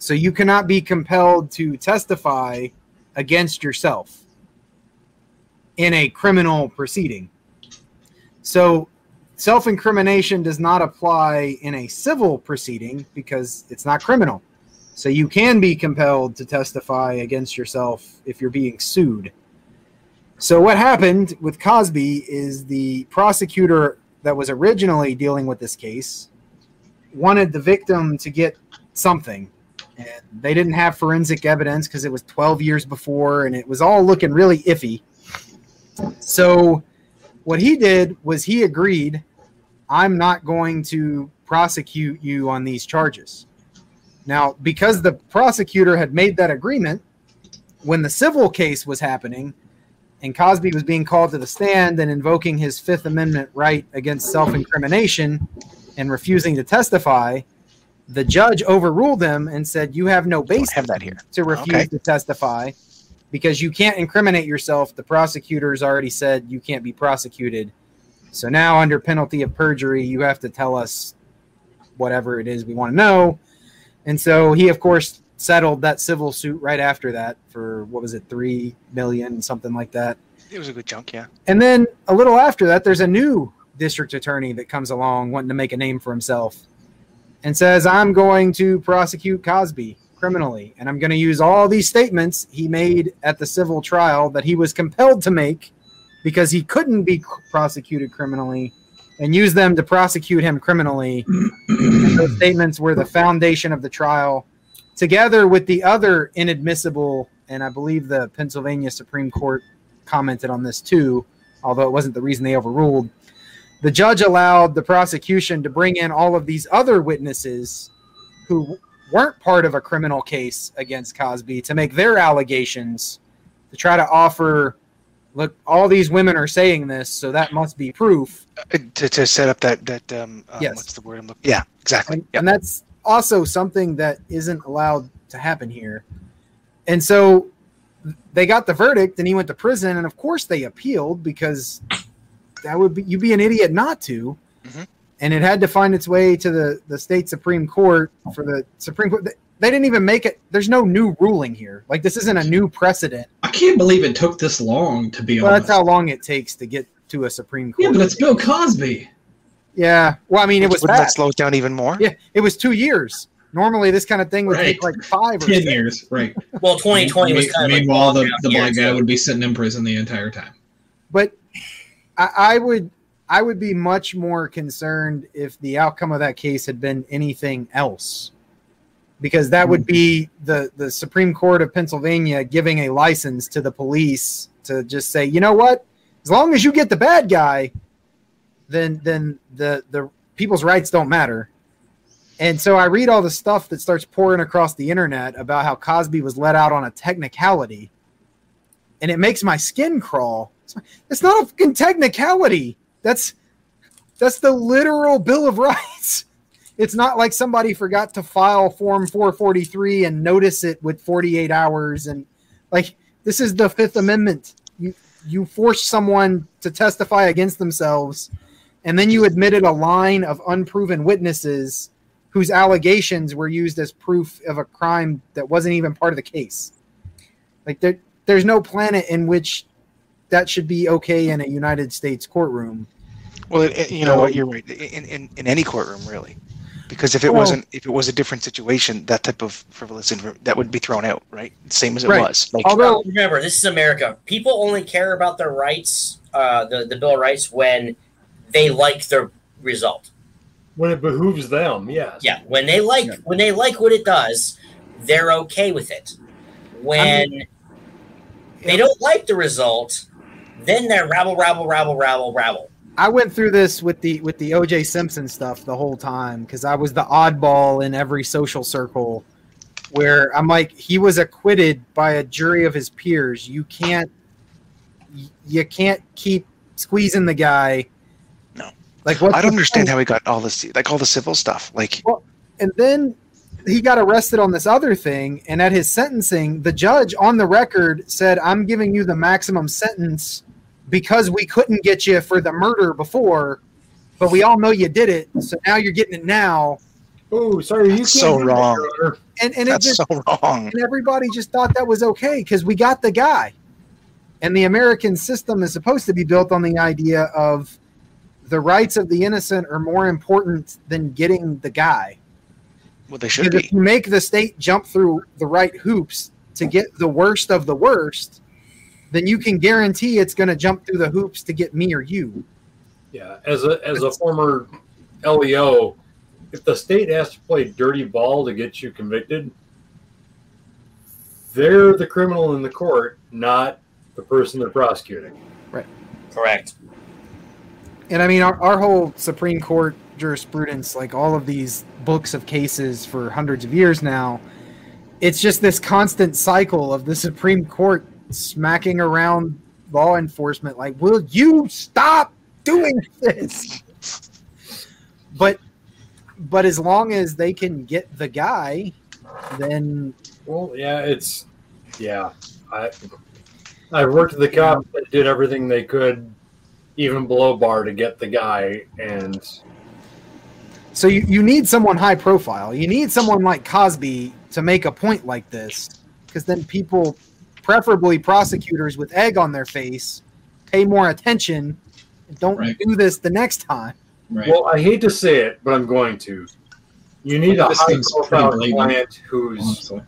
So you cannot be compelled to testify against yourself in a criminal proceeding. So self incrimination does not apply in a civil proceeding because it's not criminal. So you can be compelled to testify against yourself if you're being sued. So what happened with Cosby is the prosecutor that was originally dealing with this case wanted the victim to get something. And they didn't have forensic evidence because it was 12 years before and it was all looking really iffy. So what he did was he agreed, I'm not going to prosecute you on these charges. Now, because the prosecutor had made that agreement when the civil case was happening, and Cosby was being called to the stand and invoking his Fifth Amendment right against self incrimination and refusing to testify, the judge overruled him and said, You have no don't basis have that here. to refuse Okay. to testify because you can't incriminate yourself. The prosecutors already said you can't be prosecuted. So now, under penalty of perjury, you have to tell us whatever it is we want to know. And so he, of course, settled that civil suit right after that for what was it, three million, something like that. It was a good chunk, yeah. And then a little after that, there's a new district attorney that comes along wanting to make a name for himself and says, I'm going to prosecute Cosby criminally. And I'm going to use all these statements he made at the civil trial that he was compelled to make because he couldn't be c- prosecuted criminally and use them to prosecute him criminally. and those statements were the foundation of the trial, together with the other inadmissible, and I believe the Pennsylvania Supreme Court commented on this too, although it wasn't the reason they overruled. The judge allowed the prosecution to bring in all of these other witnesses who weren't part of a criminal case against Cosby to make their allegations to try to offer look all these women are saying this so that must be proof Uh, To, to set up that that um, uh, Yes. what's the word I'm looking? Yeah, exactly. and, yeah. and that's also something that isn't allowed to happen here and so they got the verdict and he went to prison and of course they appealed because that would be you'd be an idiot not to Mhm. and it had to find its way to the, the state Supreme Court for the Supreme Court. They- They didn't even make it. There's no new ruling here. Like this isn't a new precedent. I can't believe it took this long to be Well, honest. that's how long it takes to get to a Supreme Court. yeah, but it's Bill Cosby. Yeah. Well, I mean, it was Wouldn't that fast. slow it down even more? Yeah, it was two years. Normally, this kind of thing would take Right. like five or Ten six. years, right? Well, 2020 was Me- kind of like Meanwhile, the, lockdown the year, black guy too. would be sitting in prison the entire time. But I, I would, I would be much more concerned if the outcome of that case had been anything else, because that would be the the Supreme Court of Pennsylvania giving a license to the police to just say, you know what, as long as you get the bad guy, then then the the people's rights don't matter. And so I read all the stuff that starts pouring across the internet about how Cosby was let out on a technicality, and it makes my skin crawl. It's like, It's not a fucking technicality. That's that's the literal Bill of Rights. It's not like somebody forgot to file Form 443 and notice it with 48 hours and like this is the Fifth Amendment. You you force someone to testify against themselves, and then you admitted a line of unproven witnesses whose allegations were used as proof of a crime that wasn't even part of the case. Like there, there's no planet in which that should be okay in a United States courtroom. Well, it, it- you know So- what? You're right. In, in, in any courtroom, really, because if it Well- wasn't, if it was a different situation, that type of frivolous infor- that would be thrown out, right? Same as it Right. was. Like, Although remember this is america people only care about their rights uh, the, the bill of rights when they like their result When it behooves them, yes. yeah when they like Yeah. when they like what it does they're okay with it when they don't like the result then they're rabble rabble rabble rabble rabble I went through this with the with the OJ Simpson stuff the whole time because I was the oddball in every social circle where I'm like he was acquitted by a jury of his peers. You can't y- you can't keep squeezing the guy. No. Like what I don't understand how he got all this, like all the civil stuff. Like, and then he got arrested on this other thing and at his sentencing the judge on the record said i'm giving you the maximum sentence because we couldn't get you for the murder before but we all know you did it so now you're getting it now Oh, sorry, you That's can't so do that, Your wrong. Honor. and and it that's just so wrong. and everybody just thought that was okay because we got the guy. And the American system is supposed to be built on the idea of the rights of the innocent are more important than getting the guy. Well, they should Because be. if you make the state jump through the right hoops to get the worst of the worst, then you can guarantee it's going to jump through the hoops to get me or you. Yeah, as a as a former LEO, if the state has to play dirty ball to get you convicted, they're the criminal in the court, not the person they're prosecuting. correct And I mean, our, our whole Supreme Court jurisprudence, like all of these books of cases for hundreds of years now, it's just this constant cycle of the Supreme Court smacking around law enforcement, like, will you stop doing this? But but as long as they can get the guy, then Well, yeah, it's yeah. I I've worked with the cops that did everything they could, even below bar, to get the guy, and so you, you need someone high profile. You need someone like Cosby to make a point like this, because then people, preferably prosecutors with egg on their face, pay more attention and don't Right. do this the next time. Right. Well, I hate to say it, but I'm going to. You need a This high thing's pretty profile blatant. client who's Honestly.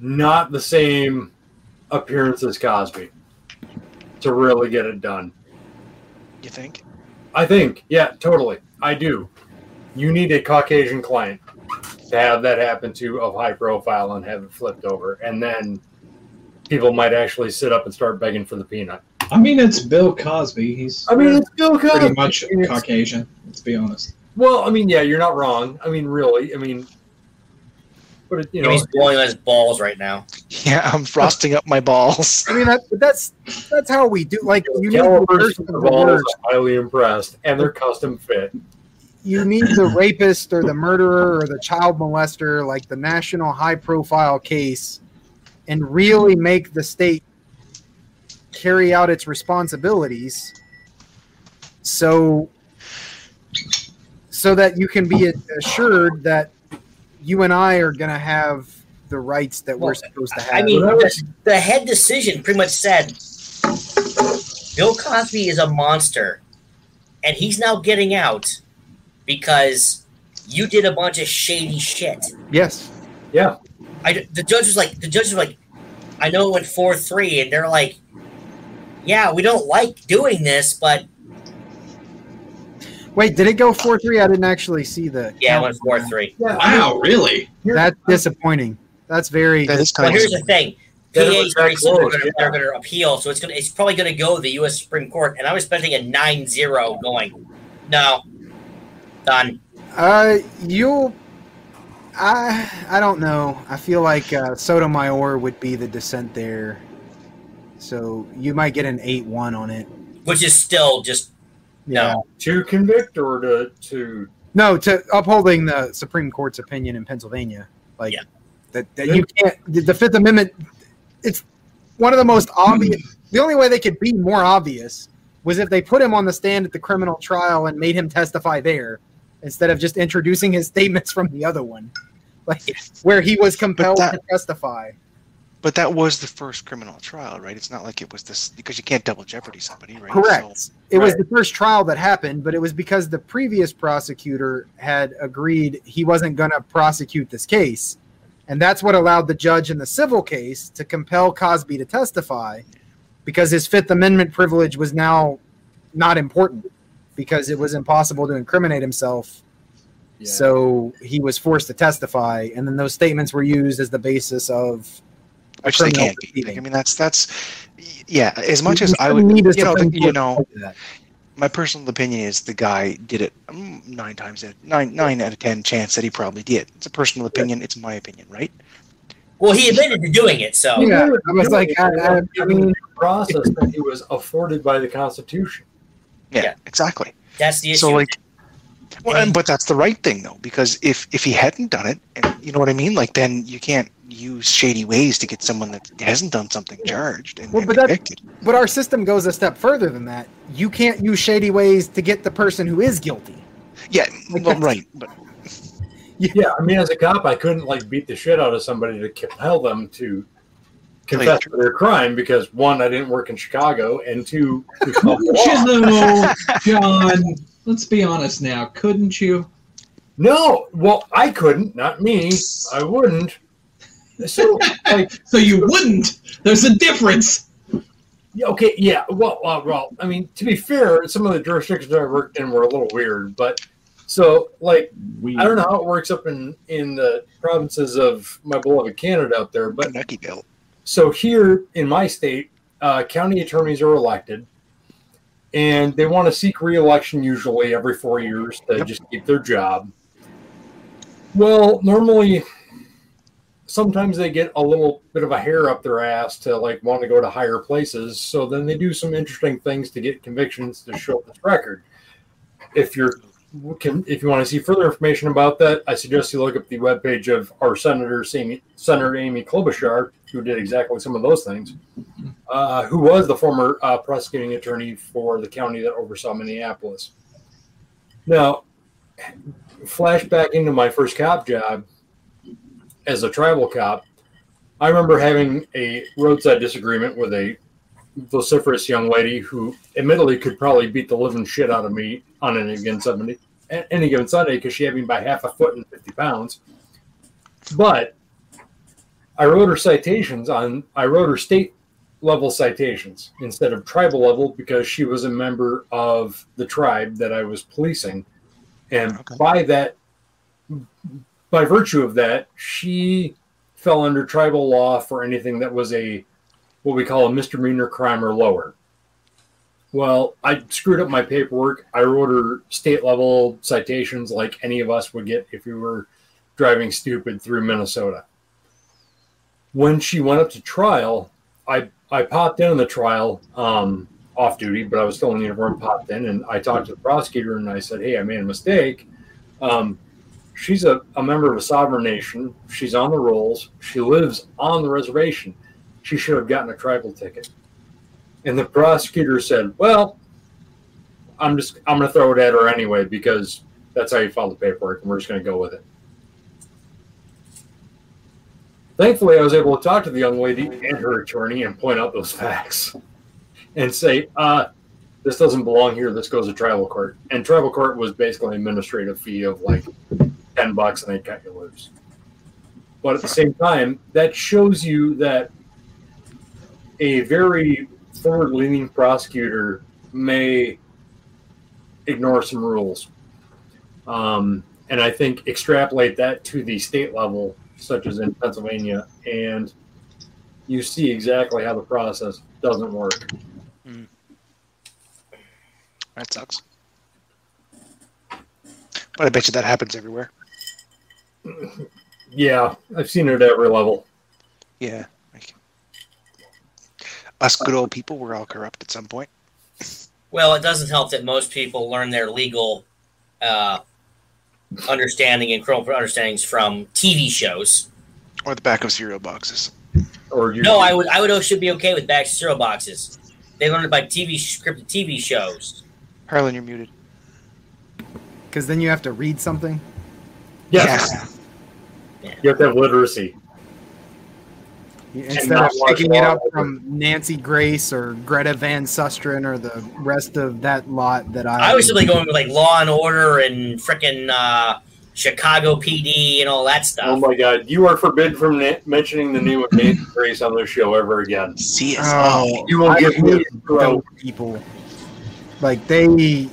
not the same appearance as Cosby to really get it done. You think? I think, yeah, totally. I do. You need a Caucasian client to have that happen to of high profile and have it flipped over. And then people might actually sit up and start begging for the peanut. I mean, it's Bill Cosby. He's I mean, it's Bill pretty Cosby. much It's- Caucasian. Let's be honest. Well, I mean, yeah, you're not wrong. I mean, really. I mean, but it, you know, he's blowing on his balls right now Yeah, I'm frosting up my balls. I mean, that, but that's that's how we do. Like you need the Calipers worst of the are always worst. highly impressed, and they're custom fit. You need the rapist or the murderer or the child molester, like the national high profile case, and really make the state carry out its responsibilities. so so that you can be assured that you and I are going to have the rights that we're Well, supposed to have. I mean, the, the head decision pretty much said Bill Cosby is a monster, and he's now getting out because you did a bunch of shady shit. yes, Yeah. I the judge was like the judge was like, I know it went four three, and they're like, yeah, we don't like doing this, but Wait, did it go four three? I didn't actually see the. yeah, it went four three. Wow, really? That's disappointing. That's very. That is Well, kind here's of the thing. PA That was is that very simple. close, They're, yeah. going to appeal, so it's going to it's probably going to go to the U.S. Supreme Court, and I'm expecting a 9-0 going. No, done. Uh, you'll. I I don't know. I feel like uh, Sotomayor would be the dissent there, so you might get an eight one on it. Which is still just Yeah. no. To convict or to to No, to upholding the Supreme Court's opinion in Pennsylvania, like Yeah. that, that you can't. the- The Fifth Amendment. It's one of the most obvious. the only way they could be more obvious was if they put him on the stand at the criminal trial and made him testify there, instead of just introducing his statements from the other one, like where he was compelled that- to testify. But that was the first criminal trial, right? It's not like it was this because you can't double jeopardy somebody, right? Correct. So- it was Right. the first trial that happened, but it was because the previous prosecutor had agreed he wasn't going to prosecute this case. And that's what allowed the judge in the civil case to compel Cosby to testify because his Fifth Amendment privilege was now not important because it was impossible to incriminate himself. yeah. So he was forced to testify. And then those statements were used as the basis of. a which they criminal can't be. Like, I proceeding. mean, that's that's yeah. As much as I would, need a you know, Supreme you Court know, to do that. my personal opinion is the guy did it mm, nine times out nine nine out of ten chance that he probably did. It's a personal opinion. It's my opinion, right? Well, he admitted to doing it, so Yeah, I was like, I, I, I mean, process that he was afforded by the Constitution. Yeah, Yeah. exactly. that's the issue. So like, well, And- and, but that's the right thing though, because if if he hadn't done it, and you know what I mean, like then you can't use shady ways to get someone that hasn't done something charged and, Well, and but that- convicted. But our system goes a step further than that. You can't use shady ways to get the person who is guilty. Yeah, Like, well, that's- right. But Yeah, I mean, as a cop, I couldn't like beat the shit out of somebody to compel them to confess to their crime because one, I didn't work in Chicago, and two, we follow the law. You know, John, let's be honest now. Couldn't you? no, well, I couldn't, not me, I wouldn't. So, like, So you wouldn't. There's a difference. Yeah, okay, yeah. Well, well, well, I mean, to be fair, some of the jurisdictions I worked in were a little weird, but so like We I don't know how it works up in in the provinces of my beloved Canada up there, but Kentucky bill. so here in my state, uh, county attorneys are elected, and they want to seek reelection usually every four years to Yep. just keep their job. Well, normally, sometimes they get a little bit of a hair up their ass to like want to go to higher places. So then they do some interesting things to get convictions to show this record. If you're can, if you want to see further information about that, I suggest you look up the webpage of our senator, Amy, Senator Amy Klobuchar, who did exactly some of those things, uh, who was the former uh, prosecuting attorney for the county that oversaw Minneapolis. Now, flashback into my first cop job as a tribal cop, I remember having a roadside disagreement with a vociferous young lady who admittedly could probably beat the living shit out of me on any given Sunday, a- any given Sunday, because she had me by half a foot and fifty pounds. But I wrote her citations on. I wrote her state level citations instead of tribal level because she was a member of the tribe that I was policing, and Okay. by that, by virtue of that, she fell under tribal law for anything that was a what we call a misdemeanor crime or lower. Well, I screwed up my paperwork. I wrote her state level citations like any of us would get if we were driving stupid through Minnesota. When she went up to trial, I I popped in on the trial um, off duty, but I was still in uniform. Popped in and I talked to the prosecutor and I said, "Hey, I made a mistake. Um, she's a, a member of a sovereign nation. She's on the rolls. She lives on the reservation. She should have gotten a tribal ticket." And the prosecutor said, "Well, I'm just I'm gonna throw it at her anyway because that's how you file the paperwork, and we're just gonna go with it. Thankfully, I was able to talk to the young lady and her attorney and point out those facts, and say, uh, "This doesn't belong here. This goes to tribal court." And tribal court was basically an administrative fee of like ten bucks, and they cut you loose. But at the same time, that shows you that a very forward leaning prosecutor may ignore some rules. Um, and I think extrapolate that to the state level, such as in Pennsylvania, and you see exactly how the process doesn't work. That sucks. But I bet you that happens everywhere. Yeah, I've seen it at every level. Yeah. like- Us good old people were all corrupt at some point. Well, it doesn't help that most people learn their legal uh, understanding and criminal understandings from TV shows. Or the back of cereal boxes. Or you No, I would I would should be okay with back cereal boxes. They learn it by TV sh- scripted TV shows. Harlan, you're muted. Because then you have to read something. yes, you have to have literacy. You- Instead not of watch picking it Law up and Order. from Nancy Grace or Greta Van Susteren or the rest of that lot that I. I was simply going with like Law and Order and frickin' uh, Chicago PD and all that Oh stuff. my God, you are forbidden from na- mentioning the name of Nathan Grace on this show ever again. See us. Oh, You will I get me hate a those throat. people. Like they,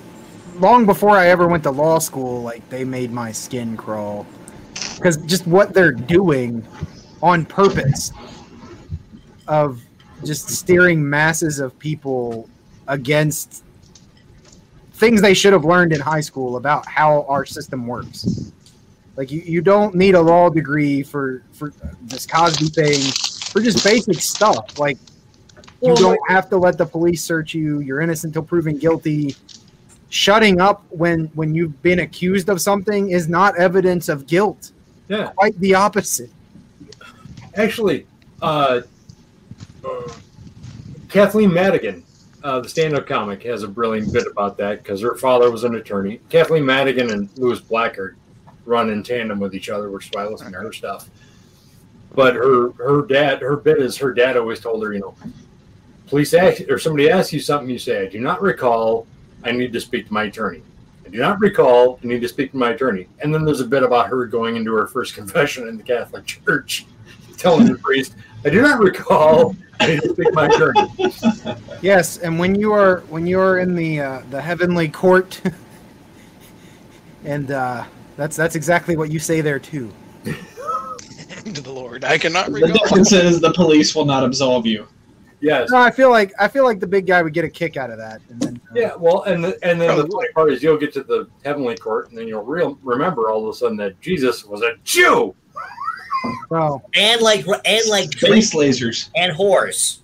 long before I ever went to law school, like they made my skin crawl because just what they're doing on purpose of just steering masses of people against things they should have learned in high school about how our system works. Like you, you don't need a law degree for for this Cosby thing for just basic stuff like you don't have to let the police search you you're innocent until proven guilty shutting up when when you've been accused of something is not evidence of guilt Yeah. quite the opposite Actually, uh, uh, Kathleen Madigan, uh, the stand-up comic, has a brilliant bit about that because her father was an attorney. Kathleen Madigan and Louis Blackard run in tandem with each other, which is why I listen to her stuff. But her her dad, her bit is her dad always told her, you know, police ask or somebody asks you something, you say, I do not recall. I need to speak to my attorney. I do not recall. I need to speak to my attorney. And then there's a bit about her going into her first confession in the Catholic Church telling the priest, I do not recall. I need to speak my attorney. yes and when you are when you are in the uh, the heavenly court and uh that's that's exactly what you say there too to the Lord. I cannot The difference is the police will not absolve you. Yes. no i feel like i feel like the big guy would get a kick out of that and then, uh, Yeah. Well, and the, and then the Probably. funny part is you'll get to the heavenly court, and then you'll real remember all of a sudden that Jesus was a Jew. well And like and like Face lasers. and whores.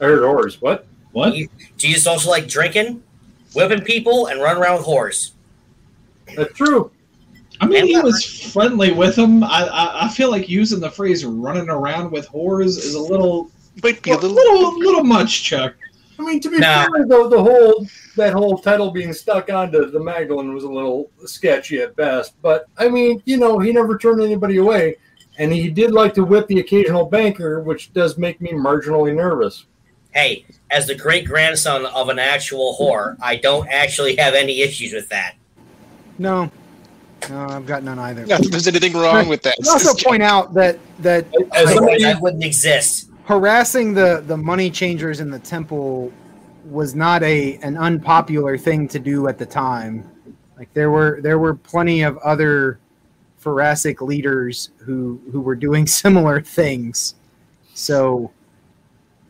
I heard horrors. What? What? Jesus also liked drinking, whipping people, and running around with whores. That's true. I mean, And he leopard. was friendly with him. I, I I feel like using the phrase "running around with whores" is a little Might be a little little. little, much, Chuck. I mean, to be Nah. fair, though, the whole that whole title being stuck onto the Magdalene was a little sketchy at best. But I mean, you know, he never turned anybody away, and he did like to whip the occasional banker, which does make me marginally nervous. Hey, as the great grandson of an actual whore, I don't actually have any issues with that. no no i've got none either Not that there's anything wrong with that. I'd also point out that that As Otherwise, somebody- I wouldn't exist. harassing the the money changers in the temple was not a an unpopular thing to do at the time like there were there were plenty of other thoracic leaders who who were doing similar things so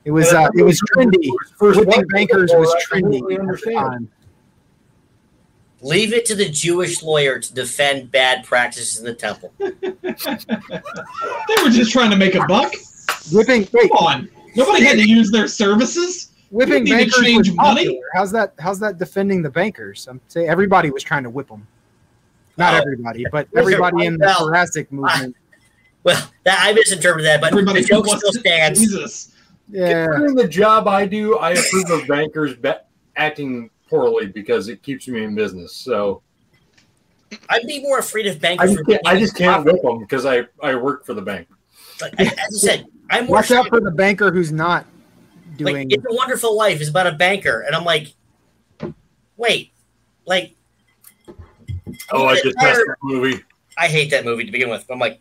it was uh, it was trendy First Whipping white bankers people, was I trendy completely at the understand. time. Leave it to the Jewish lawyer to defend bad practices in the temple. They were just trying to make a buck. Whipping, wait, Come on, nobody had to use their services. whipping You need to bankers was change money. popular. How's that? How's that defending the bankers? I'm say everybody was trying to whip them. Not Oh. everybody, but Those are everybody in the right now. thoracic movement. Well, that, I misinterpreted that, but Everybody the joke wants still to- stands. Jesus. Yeah. Considering the job I do, I approve of bankers ba- acting poorly because it keeps me in business. So I'd be more afraid of I bankers. just can't, I just can't whip them because I, I work for the bank. Like, I- as I said, I'm more Watch afraid, out for the banker who's not like, doing. It's a Wonderful Life is about a banker, and I'm like, wait, like Oh, I the just entire- missed that movie. I hate that movie to begin with. But I'm like,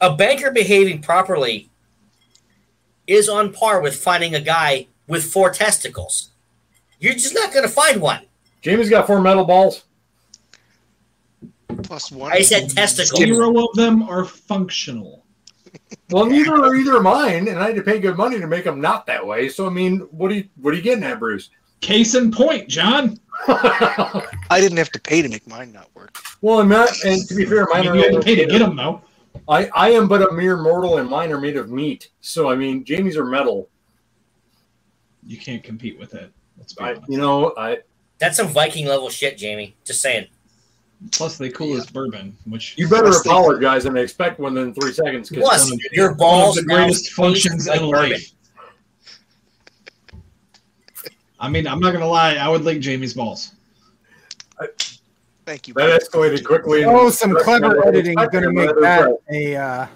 a banker behaving properly is on par with finding a guy with four testicles. You're just not going to find one. Jamie's got four metal balls. Plus one. I said testicles. Zero of them are functional. Well, neither are either of mine, and I had to pay good money to make them not that way. So I mean, what are you what are you getting at, Bruce? Case in point, John. well, I didn't have to pay to make mine not work. I'm not, and to be fair, I mine mean, are. you had to pay to get them, though. I, I am but a mere mortal, and mine are made of meat. So I mean, Jamie's are metal. You can't compete with it. Let's be I, honest. you know, I That's some Viking level shit, Jamie. Just saying. Plus, they cool as bourbon, which you better Let's think. apologize and expect one in three seconds. 'cause- Plus, one of- your one of balls the now greatest taste functions like in bourbon. life. I mean, I'm not gonna lie. I would lick Jamie's balls. Thank you. that escalated quickly. Oh, some clever Expecting editing is gonna make another that breath. a. Uh,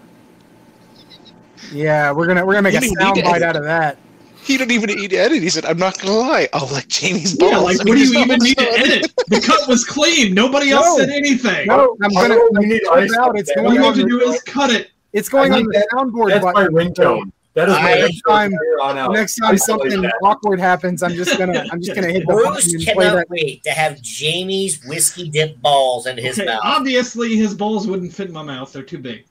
yeah, we're gonna we're gonna make a You don't need to soundbite edit. out of that. He didn't even need to edit. He said, "I'm not gonna lie. I'll like Jamie's balls." Yeah, like, I what mean, do there's you not even much need to edit? The cut was clean. Nobody else No. said anything. No, I'm Oh, gonna. we need I'm ice out. up It's there. All going you have on. to do The, is cut it. it's going I on need the soundboard That's my button. ringtone. That is my I- ringtone time- from here on out. Next time Isolate something that. awkward happens, I'm just gonna I'm just gonna hit the button Bruce and play that. cannot wait to have Jamie's whiskey dip balls in his Okay, mouth. obviously his balls wouldn't fit in my mouth. They're too big.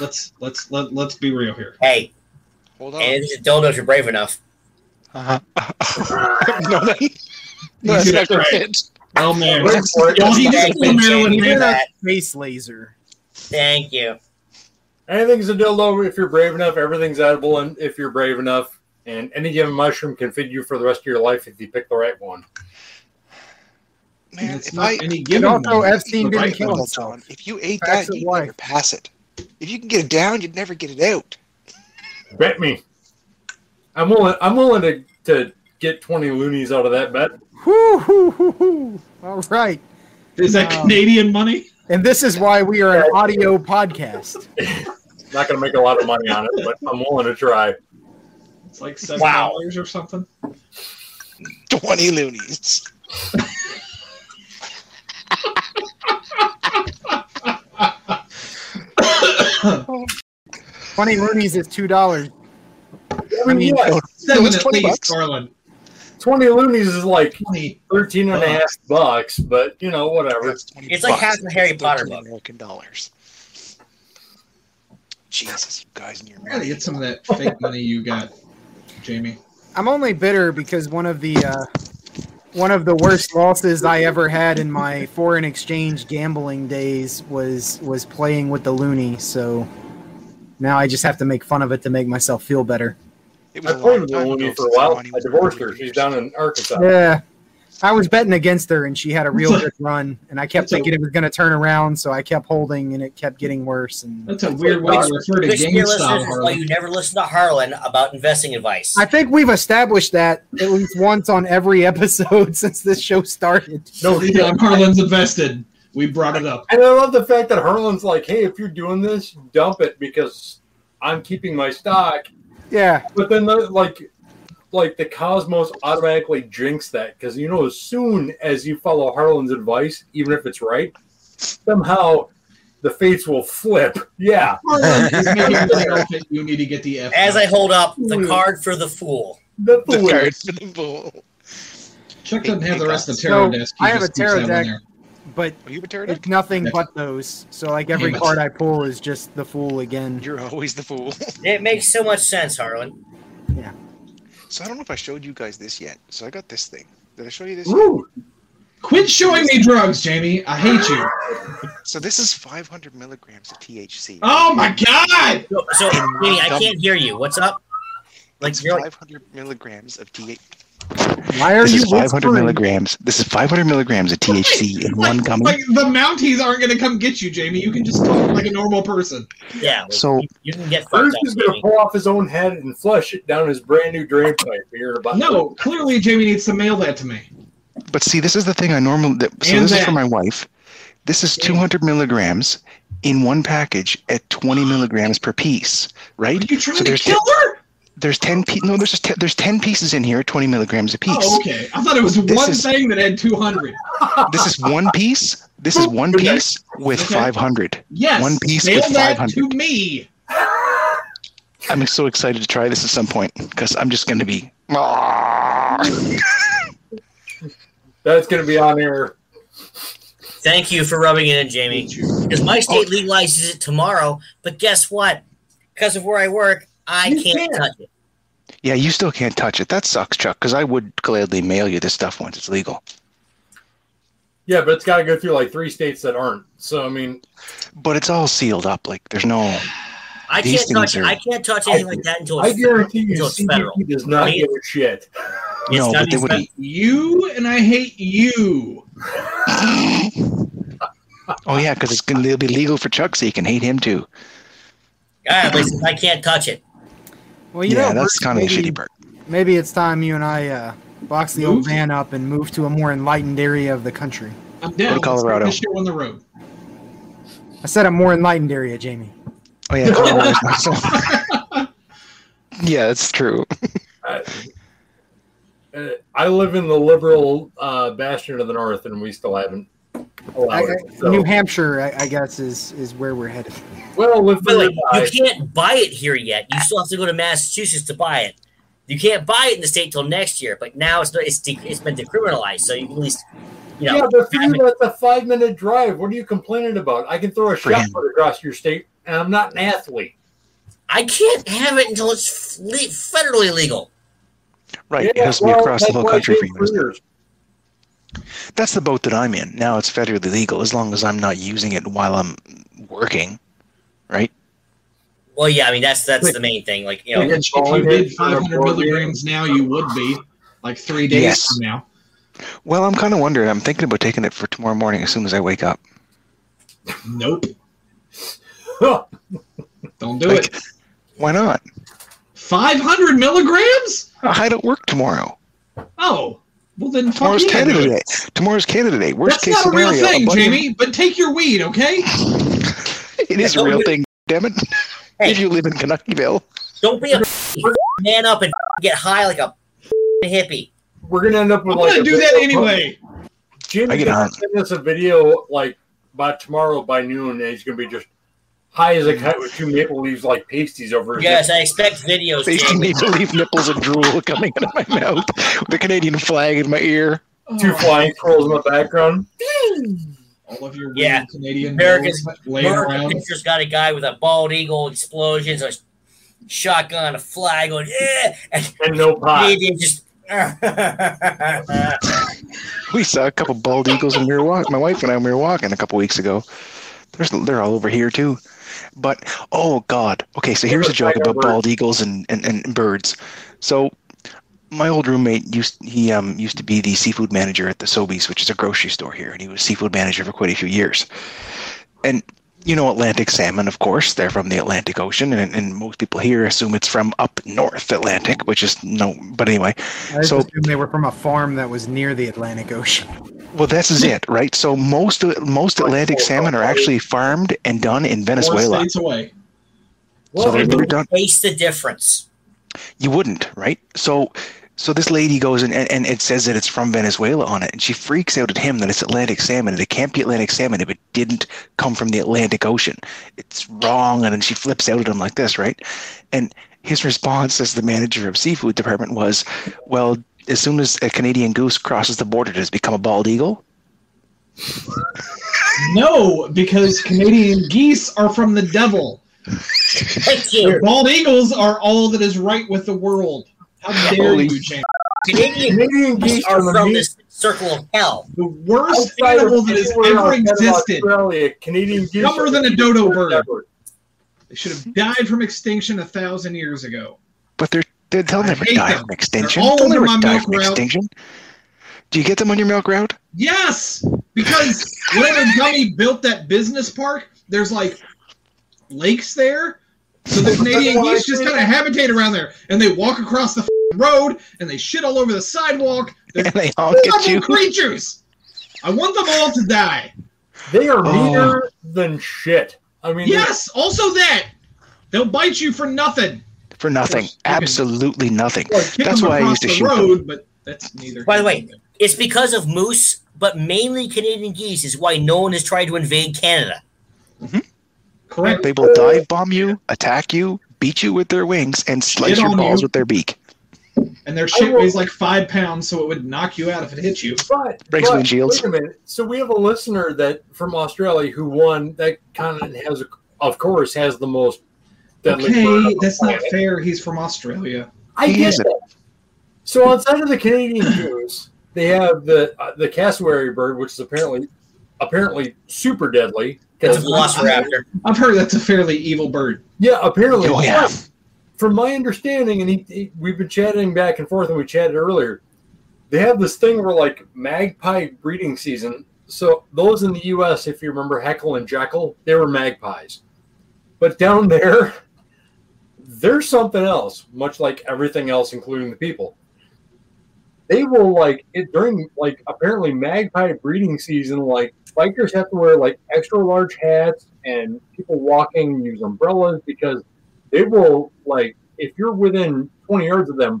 Let's let's let, let's be real here. Hey, Oh. Hold on. and it's a dildo if you're brave enough. Uh-huh. no, that, no, that's You not did it gonna right. fit. Oh man, Wait for it. Y'all, he Thank just you, blew Maryland Jamie, for man. that. Face laser. Thank you. Anything's a dildo if you're brave enough. Everything's edible, and if you're brave enough, and any given mushroom can feed you for the rest of your life if you pick the right one. Man, it's if not I any And given. also, one. Epstein Right, didn't Right, kill well, himself. John, if you ate Pass that, it you'd away. never pass it. If you can get it down, you'd never get it out. Bet me. I'm willing. I'm willing to, to get twenty loonies out of that bet. Whoo, hoo, hoo, hoo. All right. is that Um, Canadian money? And this is why we are an audio podcast. Not going to make a lot of money on it, but I'm willing to try. It's like seven Wow. dollars or something. Twenty loonies. Twenty loonies is two dollars. I mean, yeah, Seven was at 20 least, bucks. Garland. twenty loonies is like Twenty. 13 and a half bucks, but you know, whatever. That's 20 It's like bucks. half the Harry That's Potter 13 book. American dollars. Jesus, you guys, and your I gotta money. get some of that fake money you got, Jamie. I'm only bitter because one of the uh, one of the worst losses I ever had in my foreign exchange gambling days was was playing with the loony. So now I just have to make fun of it to make myself feel better. It I was a played long with time Looney ago for a since while. Lonnie I was divorced her. really She's rich. down in Arkansas. Yeah. I was betting against her and she had a real good run and I kept So- thinking it was going to turn around so I kept holding and it kept getting worse and That's a weird way to refer to This year, GameStop, listeners, is why Harlan. you never listen to Harlan about investing advice. I think we've established that at least once on every episode since this show started. No, Yeah, Harlan's invested. We brought it up. And I love the fact that Harlan's like, hey, if you're doing this, dump it because I'm keeping my stock. Yeah. But then, the, like, like the cosmos automatically drinks that because you know, as soon as you follow Harlan's advice, even if it's right, somehow the fates will flip. Yeah, Harlan is making the outfit you need to get the F. As I out. hold up the card for the fool. that's the The way. card for the bull. Chuck doesn't have the rest of the So, tarot desk. He I have just a tarot keeps that one deck. there. But Are you a turtle? it's nothing but those. So like every Damn it. card I pull is just the fool again. You're always the fool. It makes so much sense, Harlan. So I don't know if I showed you guys this yet. So I got this thing. Did I show you this? Ooh, Quit showing me drugs, Jamie. I hate you. So this is 500 milligrams of THC. Oh my god! So, so, Jamie, I can't hear you. What's up? Like, it's you're- 500 milligrams of THC. Why are this you is 500 whispering? milligrams. This is 500 milligrams of THC in one gummy. Like the Mounties aren't going to come get you, Jamie. You can just talk like a normal person. Yeah. like, So- you, you can get fucked Bruce up. is going to Jamie. pull off his own head and flush it down his brand new drain pipe here. About No, clearly Jamie needs to mail that to me. But see, this is the thing I normally. That, so And this is that. for my wife. This is Yeah. 200 milligrams in one package at 20 milligrams per piece, Are right? you trying So to there's kill her? There's 10 pe- No, there's just te- there's 10 pieces in here, at 20 milligrams a piece. Oh, okay. I thought it was one is- thing that had 200. This is one piece. This is one Okay. piece with Okay. 500. Yes. One piece mail with that 500. to me. I'm so excited to try this at some point because I'm just going to be. "Ah." That's going to be on air. Thank you for rubbing it in, Jamie. Because my Oh. state legalizes it tomorrow, but guess what? Because of where I work, I You can't can't. touch it. Yeah, you still can't touch it. That sucks, Chuck. Because I would gladly mail you this stuff once it's legal. Yeah, but it's got to go through like three states that aren't. So I mean, But it's all sealed up. Like there's no. I These can't touch. things are- I can't touch anything like that until I it's guarantee you, until it's federal. CBP does not Right? give a shit. It's No, gotta but they be would- federal. You and I hate you. Oh yeah, because it's going to be legal for Chuck, so you can hate him too. Ah, at least I can't touch it. Well, you yeah, know, that's Bert, kind of the maybe- shitty part. Maybe it's time you and I uh, box the old Move? van up and move to a more enlightened area of the country. I'm down. Go to Colorado. Let's get this show on the road. I said a more enlightened area, Jamie. Oh yeah, Colorado's not so- yeah, that's true. I, uh, I live in the liberal uh, bastion of the north, and we still haven't I, allowed I- it. So, New Hampshire, I, I guess, is is where we're headed. well, live But free or like, die. you can't buy it here yet. You still have to go to Massachusetts to buy it. You can't buy it in the state till next year. But now it's it's, de- it's been decriminalized, so you can at least you know. Yeah, but for I you, mean- that's a five minute drive. What are you complaining about? I can throw a For shot him. put across your state, and I'm not an athlete. I can't have it until it's f- le- federally legal. Right, it Yeah, has to be well, across the that's whole why it country for takes you. isn't years. it? That's the boat that I'm in now. It's federally legal as long as I'm not using it while I'm working. Right. Well, yeah, I mean that's that's the main thing. Like you know, Which, if you did 500 milligrams now, you would be like three days Yes. from now. Well, I'm kind of wondering. I'm thinking about taking it for tomorrow morning as soon as I wake up. Nope. Huh. Don't do Like- it. Why not? 500 milligrams? I don't work tomorrow. Oh, well then fuck Tomorrow's you. Canada Day. Tomorrow's Canada Day. That's Worst case not a scenario, real thing, buddy- Jamie. But take your weed, okay? It is a real thing. Damn it! If you live in Canuckyville, don't be a man up and get high like a hippie. We're gonna end up with I'm like gonna a do that video- anyway. Jimmy I get gonna on. send us a video like by tomorrow by noon, and he's gonna be just high as a kite with two maple leaves like pasties over his Yes, I expect videos. facing Jamie. me, believe nipples and drool coming out of my mouth, with the Canadian flag in my ear. Oh, head. two flying squirrels in the background. All of your weird Yeah. Canadian America's- bills laying Murder around. Picture's got a guy with a bald eagle, explosions, a shotgun, a flag, going yeah, and And no pie. Canadian just. We saw a couple bald eagles when we were walking. My wife and I when we were walking a couple weeks ago. There's, they're all over here too. But oh god. Okay, so here's a joke about bald eagles and, and, and birds. So my old roommate used he um used to be the seafood manager at the Sobeys, which is a grocery store here, and he was seafood manager for quite a few years. And you know Atlantic salmon, of course, they're from the Atlantic Ocean, and, and most people here assume it's from up north Atlantic, which is no. But anyway, I just So- assumed they were from a farm that was near the Atlantic Ocean. Well, this is it, right? So most most Atlantic salmon are actually farmed and done in Four Venezuela. states away. So they're, they're done. Face the difference. You wouldn't, right? So so this lady goes and, and, and it says that it's from Venezuela on it, and she freaks out at him that it's Atlantic salmon, and it can't be Atlantic salmon if it didn't come from the Atlantic Ocean. It's wrong, and then she flips out at him like this, right? And his response as the manager of seafood department was, well, as soon as a Canadian goose crosses the border, does it become a bald eagle? No, because Canadian geese are from the devil. Thank you. Bald eagles are all that is right with the world. How dare Holy you, James? Canadian Canadian geese are from the this circle of hell. The worst animal that has ever existed. Australia, Canadian geese Dumber are than a the dodo worst bird. ever. They should have died from extinction a thousand years ago. But they're They- They'll I never hate die them. from extinction. all They'll under never my die milk from route. extinction. Do you get them on your milk route? Yes, because whenever Gummy built that business park, there's like lakes there, so the Canadian why I geese just said- kind of habitate around there, and they walk across the f***ing road and they shit all over the sidewalk. They're And they all get horrible you. creatures. I want them all to die. They are Oh. meaner than shit. I mean, Yes, also that they'll bite you for nothing. For nothing. Yes, you can- Absolutely nothing. Or kick That's them why I across used to the shoot them. road, but that's neither. By the way, It's because of moose, but mainly Canadian geese is why no one has tried to invade Canada. correct. They will dive bomb you, attack you, beat you with their wings, and slice Get your on balls you. with their beak. And their shit will- weighs like five pounds, so it would knock you out if it hit you. But, Breaks but, windshields. Wait a minute. So we have a listener that from Australia who won that continent has, of course, has the most deadly. bird on Okay, the that's not planet. fair. He's from Australia. I He get isn't. that. So outside of the Canadian Jews, they have the uh, the cassowary bird, which is apparently apparently super deadly. It's a 'Cause- velociraptor. I've heard that's a fairly evil bird. Yeah, apparently. Oh, yeah. But From my understanding, and he, he- we've been chatting back and forth, and we chatted earlier. They have this thing where like magpie breeding season. So those in the U.S., if you remember Heckle and Jekyll, they were magpies. But down there, there's something else. Much like everything else, including the people, they will like it during like apparently magpie breeding season. Like bikers have to wear like extra large hats and people walking use umbrellas because they will like if you're within 20 yards of them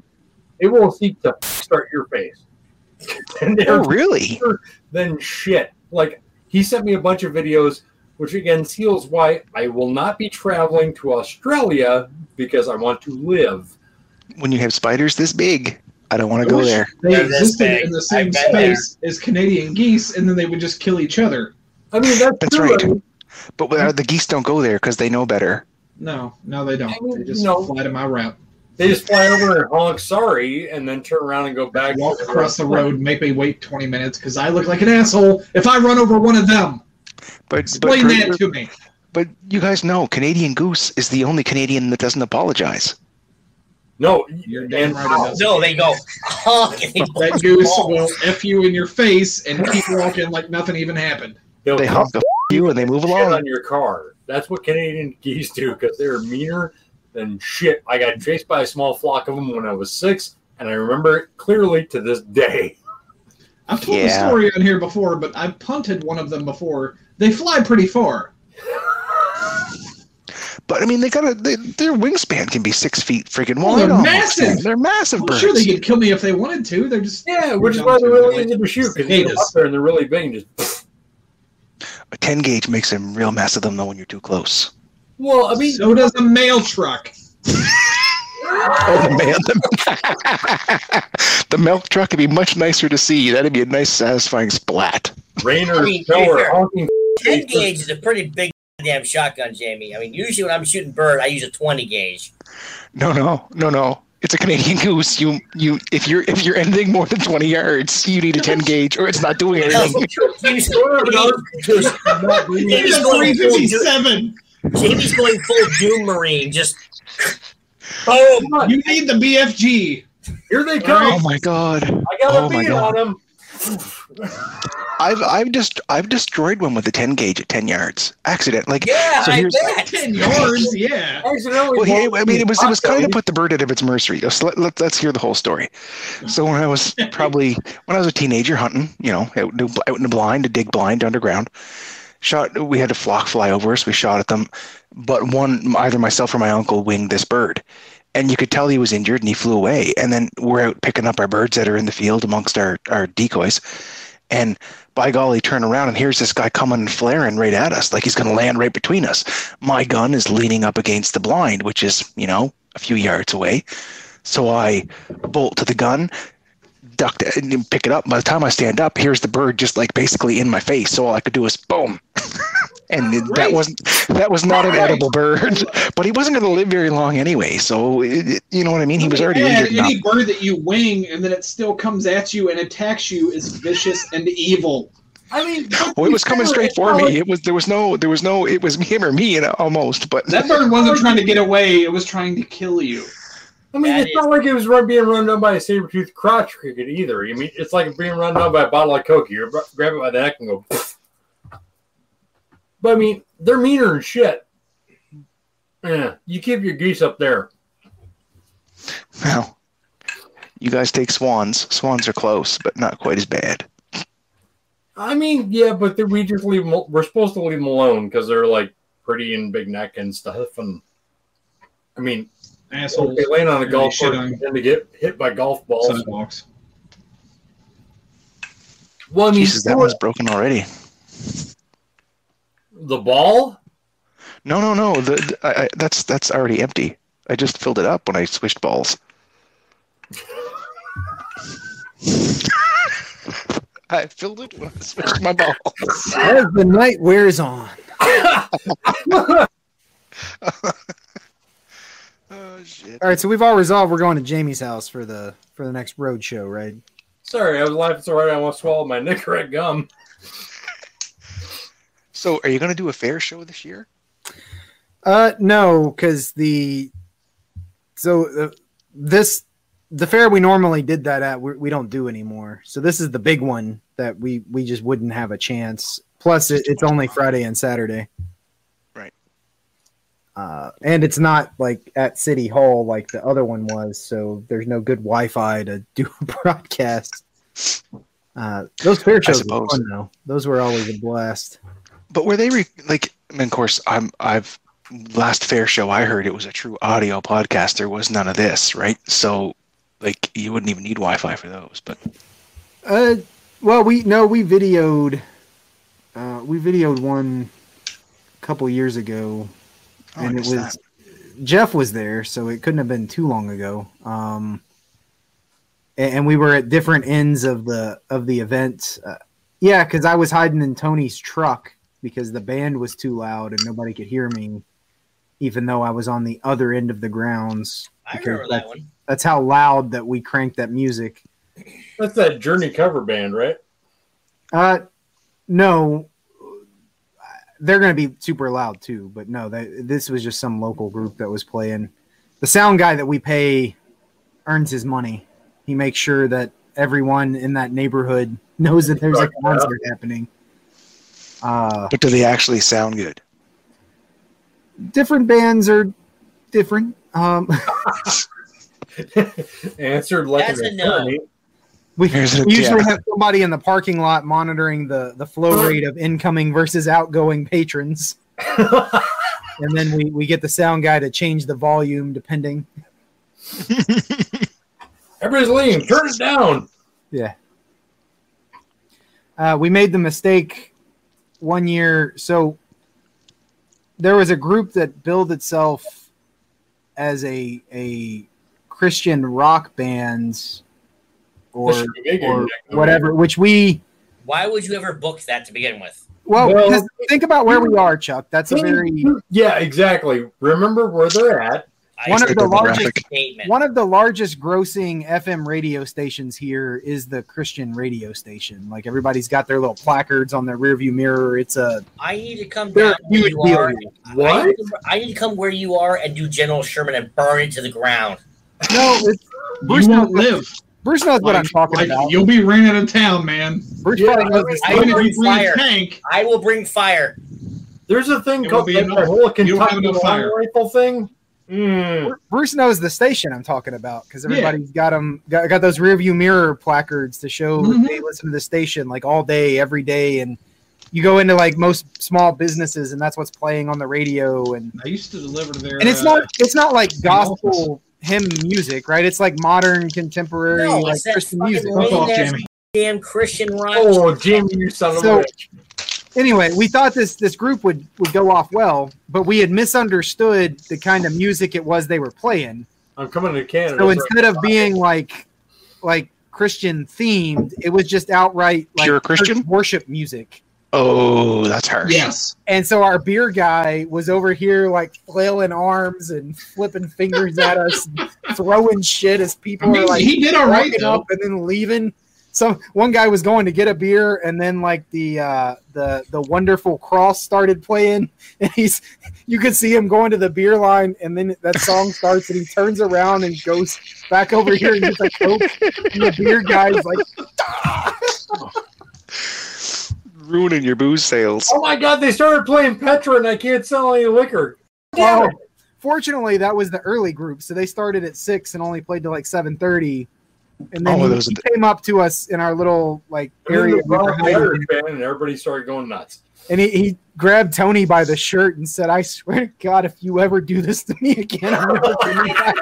they will seek to start your face and they're Oh, really? then shit like he sent me a bunch of videos which again seals why i will not be traveling to australia because i want to live When you have spiders this big, I don't want to go wish- there. They They're this existed big. in the same I've been there. space as Canadian geese, and then they would just kill each other. i mean that's, That's true. right. But uh, the geese don't go there because they know better. No, no, they don't. They just No. fly to my route, they just fly over and honk sorry and then turn around and go back walk across the road, make me wait 20 minutes because I look like an asshole if I run over one of them. But but, Explain that to me. but you guys know Canadian goose is the only Canadian that doesn't apologize. no You're damn and right it does. No, they go. honk, and Oh, they That goose will F you in your face and keep walking like nothing even happened. they'll They honk the f- you and they move shit along. on your car. That's what Canadian geese do because they're meaner than shit. I got chased by a small flock of them when I was six, and I remember it clearly to this day. I've told the Yeah. story on here before, but I punted one of them before. They fly pretty far. But I mean, they got a they, their wingspan can be six feet freaking Well, wide. Oh, they're almost. massive. They're massive Well, birds. sure, they could kill me if they wanted to. They're just Yeah, which is why they're really easy to shoot because they get up there and they're really big and just. a ten gauge makes a real mess of them though when you're too close. Well, I mean, so does a mail truck. Oh the man, the, the milk truck would be much nicer to see. That'd be a nice, satisfying splat. Rainer, I mean, Miller, fair. honking. ten gauge is a pretty big damn shotgun, Jamie. I mean, usually when I'm shooting bird, I use a twenty gauge. No, no, no, no. It's a Canadian goose. You, you. If you're if you're anything more than twenty yards, you need a ten gauge, or it's not doing anything. Jamie's It's Jamie's a going full, 357. Jamie's going full Doom Marine. Just boom. Come on, You need the BFG. Here they Oh come! my god! I got Oh a my bead on God. them. I've I've just I've destroyed one with a ten gauge at ten yards, accident. Like Yeah, So I here's- bet. 10 yards, yeah. Accidentally. Well, he, I mean, it was it was Okay. kind of put the bird out of its mercy. Let's let, let, let's hear the whole story. So when I was probably when I was a teenager hunting, you know, out, in the- out in the blind to dig blind underground, shot. We had a flock fly over us. We shot at them, but one either myself or my uncle winged this bird, and you could tell he was injured and he flew away. And then we're out picking up our birds that are in the field amongst our our decoys, and by golly, turn around and here's this guy coming and flaring right at us, like he's going to land right between us. My gun is leaning up against the blind, which is, you know, a few yards away. So I bolt to the gun, duck it, and then pick it up. By the time I stand up, here's the bird just like basically in my face. So all I could do is boom. and that Great. wasn't that was not an Great. edible bird, but he wasn't going to live very long anyway. So it, it- you know what I mean? He was already Yeah, injured. enough. any bird that you wing and then it still comes at you and attacks you is vicious and evil. I mean, Well, it was coming straight for me. It was there was no there was no it was him or me and almost, but That bird wasn't trying to get away, it was trying to kill you. I mean, That it's not is- like it was run, being run down by a saber-toothed crotch cricket either. I mean, it's like being run down by a bottle of Coke. You grab it by the neck and go. But I mean, they're meaner than shit. Yeah, you keep your geese up there. Well, you guys take swans. Swans are close, but not quite as bad. I mean, yeah, but then we just leave them. al- We're supposed to leave them alone because they're like pretty and big neck and stuff. And I mean, Assholes. okay, laying on a They golf shit course on- and to get hit by golf balls. Sidewalks. well, I mean, Jesus, that screw one's it. broken already. the ball. No, no, no. The, the- I, I, that's that's already empty. I just filled it up when I switched balls. I filled it when I switched my ball. As the night wears on. oh shit! All right, so we've all resolved we're going to Jamie's house for the for the next road show, right? Sorry, I was laughing so hard I almost swallowed my Nicorette gum. So, are you going to do a fair show this year? Uh, no, because the so uh, this the fair we normally did that at we, we don't do anymore. So this is the big one that we we just wouldn't have a chance. Plus, it, it's only Friday and Saturday, Right. Uh, and it's not like at City Hall like the other one was, so there's no good Wi-Fi to do a broadcast. Uh, those fair shows were suppose. fun though; those were always a blast. But were they re- like? I mean, of course, I'm. I've last fair show I heard it was a true audio podcast. There was none of this, right? So, like, you wouldn't even need Wi-Fi for those. But Uh, well, we no, we videoed, uh, we videoed one a couple years ago, Oh, I missed that. Jeff was there, so it couldn't have been too long ago. Um, a- and, we were at different ends of the of the event. Uh, yeah, because I was hiding in Tony's truck because the band was too loud and nobody could hear me, even though I was on the other end of the grounds. I Okay, remember that one. That's how loud that we cranked that music. That's that Journey cover band, right? Uh, no, they're going to be super loud too. But no, they, this was just some local group that was playing. The sound guy that we pay earns his money. He makes sure that everyone in that neighborhood knows that there's a concert happening. Uh, but do they actually sound good? different bands are different. Um, Answered like That's an a no. attorney. we Here's an we usually yeah. have somebody in the parking lot monitoring the, the flow rate of incoming versus outgoing patrons. and then we, we get the sound guy to change the volume depending. Everybody's leaving. Turn it down. Uh, we made the mistake one year. So there was a group that billed itself as a a Christian rock band or, This should be bigger or than that. whatever, which we Why would you ever book that to begin with? well, Well- 'cause think about where we are, Chuck. That's a very Yeah, exactly. Remember where they're at. I One of said the that's a largest- statement. one of the largest grossing FM radio stations here is the Christian radio station. Like everybody's got their little placards on their rearview mirror. It's a I need to come They're down a where huge you deal are. here. I need, to, I need to come where you are and do General Sherman and burn it to the ground. No, it's, Bruce you knows, won't live. Bruce knows what I'm Like- talking like, about. You'll be ran out of town, man. Bruce Yeah, probably knows this. I Even if bring you bring fire. a tank, I will bring fire. There's a thing It called will be like, enough. the whole You don't have Kentucky enough long fire. rifle thing. Mm. Bruce knows the station I'm talking about because Yeah. everybody's got 'em got got those rearview mirror placards to show Mhm. they listen to the station like all day, every day, and you go into like most small businesses and that's what's playing on the radio and I used to deliver there. and it's uh, not it's not like Office. gospel hymn music, right? It's like modern contemporary No, like it's that Christian fucking music. Fuck off, Lame-ass Jamie. Damn Christian rock. Oh, Jimmy, you son of a So- bitch. anyway, we thought this this group would would go off well, but we had misunderstood the kind of music it was they were playing. I'm coming to Canada. So right? instead of being like like Christian themed, it was just outright like Pure church Christian? worship music. Oh, that's harsh. Yes. And so our beer guy was over here like flailing arms and flipping fingers at us, and throwing shit as people I are mean, like he did all right walking though. up and then leaving. some one guy was going to get a beer, and then like the uh, the the wonderful cross started playing, and he's you could see him going to the beer line, and then that song starts, and he turns around and goes back over here and gets a coke, and the beer guy's like, Ruining your booze sales. Oh my god, they started playing Petra and I can't sell any liquor. "Oh." Damn it. Fortunately, that was the early group, so they started at six and only played till like seven thirty, and then Oh, he- those are he came up to us in our little like And then area. they we were brought hiding in. Petra in, and everybody started going nuts. And he, he grabbed Tony by the shirt and said, I swear to God, if you ever do this to me again, I'm never coming back.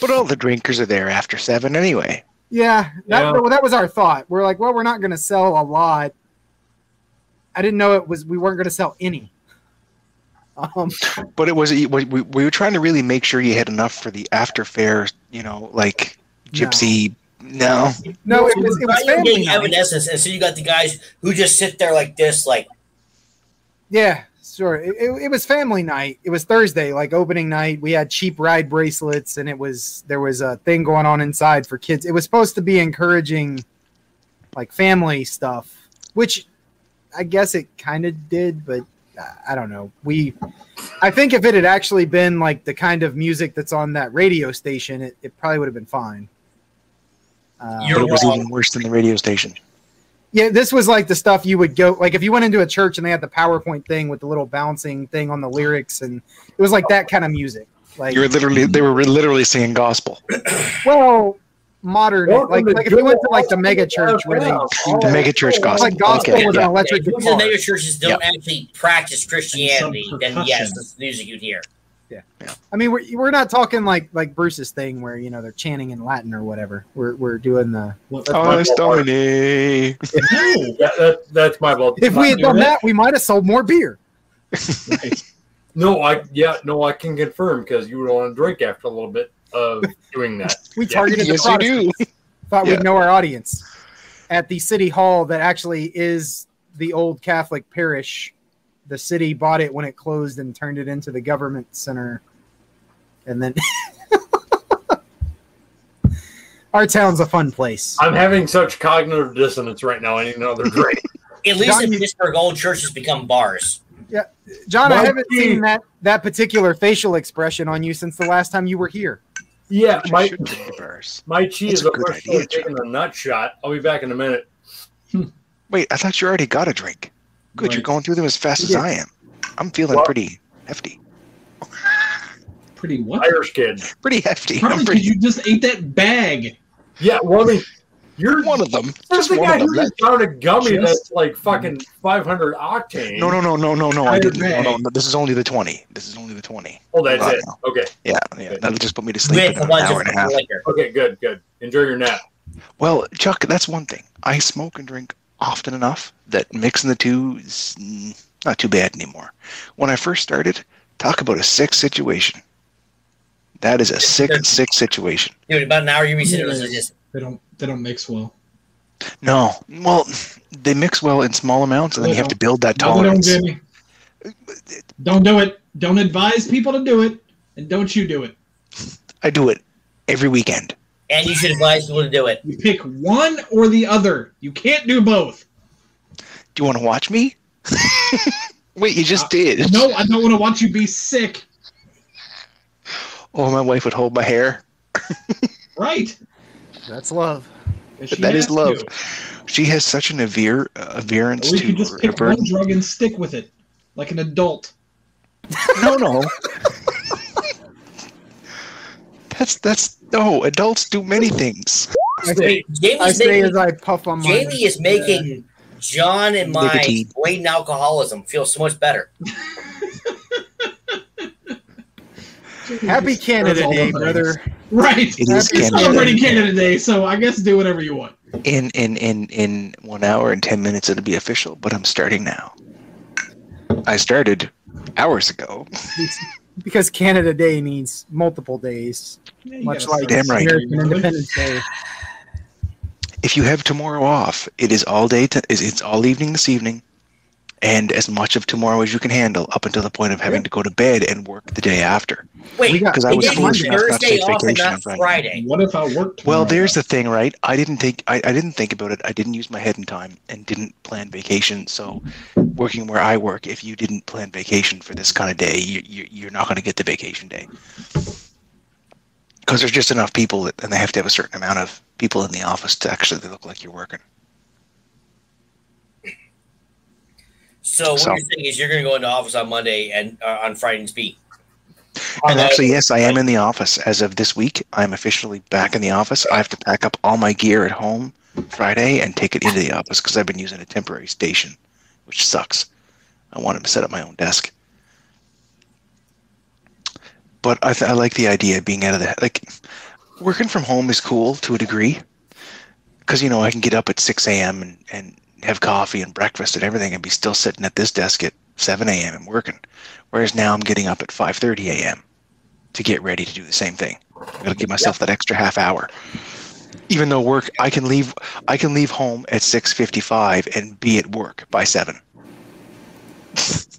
But all the drinkers are there after seven anyway. Yeah, that, Yeah. Well, that was our thought. We're like, well, we're not going to sell a lot. I didn't know it was, we weren't going to sell any. Um, But it was we, we we were trying to really make sure you had enough for the after fair. You know, like No. gypsy. No, no, it was, it was You're family getting night. evanescence, and so you got the guys who just sit there like this, like Yeah, sure. It, it, it was family night. It was Thursday, like opening night. We had cheap ride bracelets, and it was there was a thing going on inside for kids. It was supposed to be encouraging, like family stuff, which I guess it kind of did, but I- I don't know. We, I think if it had actually been like the kind of music that's on that radio station, it, it probably would have been fine. Uh, but You're it was wrong. even worse than the radio station. yeah, this was like the stuff you would go like if you went into a church and they had the PowerPoint thing with the little bouncing thing on the lyrics, and it was like that kind of music. Like, You were literally they were literally singing gospel. well, modern, Welcome like to like if you went to Good like the Old mega church where they South. The mega church gospel. like gospel Okay, was yeah. an electric Yeah, usually guitar. the mega churches don't actually practice Christianity. And some Then yes, percussion. that's the music you'd hear. I mean, we're, we're not talking like like Bruce's thing where you know they're chanting in Latin or whatever. We're we're doing the What- Oh, Honest Domine. No. Yeah, that, that's my fault. if we had done that, we might have sold more beer. Right. No, I yeah, no, I can confirm because you would want to drink after a little bit of doing that. We Yeah. targeted Yes, the you Protestants. do. thought Yeah. we'd know our audience at the city hall that actually is the old Catholic parish. The city bought it when it closed and turned it into the government center. And then our town's a fun place. I'm having such cognitive dissonance right now. I need another drink. At least in Johnny- Pittsburgh, old churches become bars. John, I Mikey. haven't seen that that particular facial expression on you since the last time you were here. yeah, Which I my should do the bars. my cheese That's a good is idea, Jack. taking a nut shot. I'll be back in a minute. Wait, I thought you already got a drink. Good, you're Right. going through them as fast as Yeah. I am. I'm feeling Well- pretty hefty. Pretty what? Irish kid. Pretty hefty. Probably I'm 'cause pretty, you just ate that bag. Yeah, well, I mean, you're one of them. There's Just the one guy of them. who just found a gummy Just- that's like fucking 500 octane. No, no, no, no, no, no. I Either didn't. No, way. no, no, This is only the 20. This is only the 20. Oh, that's Wow. it. Okay, Yeah, yeah. That'll just put me to sleep in With a an bunch hour of and a half. liquor. okay, good, good. Enjoy your nap. Well, Chuck, that's one thing. I smoke and drink often enough that mixing the two is mm, not too bad anymore. When I first started, talk about a sick situation. That is a sick, There's- sick situation. Dude, about an hour you'd be sitting there Yeah. just They don't. They don't mix well. No, well, they mix well in small amounts, and then No, you have no. to build that No, they don't, tolerance. Jimmy. Don't do it. Don't advise people to do it, and don't you do it. I do it every weekend. and you should advise people to do it. You pick one or the other. You can't do both. Do you want to watch me? Wait, you just Uh, did. No, I don't want to watch you be sick. Oh, my wife would hold my hair. Right? That's love. If she That is has love. to. She has such an aver- uh, averance We to could just her pick burden. one drug and stick with it, like an adult. No, no. that's that's no. Adults do many things. I say, Wait, I Jamie's say as making, I puff on my Jamie is making John and my Nicotine. blatant alcoholism feel so much better. happy Canada All the Day, things. brother. Right. It is You're Canada. celebrating Canada Day, so I guess do whatever you want. In in in in one hour and ten minutes, it'll be official. But I'm starting now. I started hours ago. Because Canada Day needs multiple days. Yeah, you Much gotta like Damn right. American Really? Independence Day. If you have tomorrow off, it is all day. To, it's, it's all evening this evening. and as much of tomorrow as you can handle up until the point of having to go to bed and work the day after. We Wait, got- Because I we was gave foolish you enough not to Thursday take off and vacation on not Friday. Friday. What if I Uh, worked? Well, tomorrow? there's the thing, right? I didn't think I, I didn't think about it. I didn't use my head in time and didn't plan vacation. So, working where I work, if you didn't plan vacation for this kind of day, you, you, you're not going to get the vacation day because there's just enough people, that, and they have to have a certain amount of people in the office to actually look like you're working. So what So- you're saying is you're going to go into office on Monday and uh, on Uh, Friday and speak. And Although- actually, yes, I am in the office as of this week. I'm officially back in the office. I have to pack up all my gear at home Friday and take it into the office because I've been using a temporary station, which sucks. I wanted to set up my own desk. But I, th- I like the idea of being out of the like working from home is cool to a degree because you know I can get up at 6 a.m. and and have coffee and breakfast and everything and be still sitting at this desk at 7 a.m. and working. Whereas now I'm getting up at 5:30 a.m. to get ready to do the same thing. I'm gonna give myself that extra half hour. Even though work, I can leave. I can leave home at 6:55 and be at work by seven.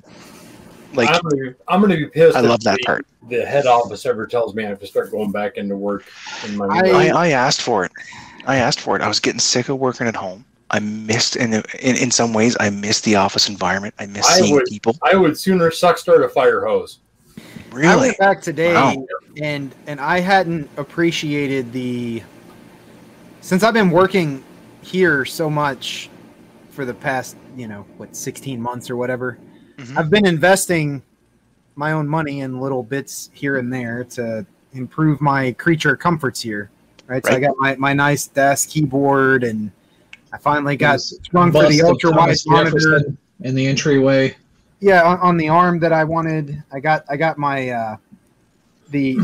like I'm, gonna, I'm gonna be pissed. I if love that the, part. The head office ever tells me I have to start going back into work in my. I- I, I asked for it. I asked for it. I was getting sick of working at home. I missed, in in, in some ways, I missed the office environment. I missed I seeing would- people. I would sooner suck start a fire hose. I Really, went back today Wow. and and I hadn't appreciated the since I've been working here so much for the past, you know, what 16 months or whatever. Mhm. I've been investing my own money in little bits here and there to improve my creature comforts here. Right? So I Right. got my, my nice desk keyboard and I finally got Yes. sprung for Bust the of ultra wide Thomas monitor. Jefferson in the entryway. Yeah, on, on the arm that I wanted, I got I got my uh, the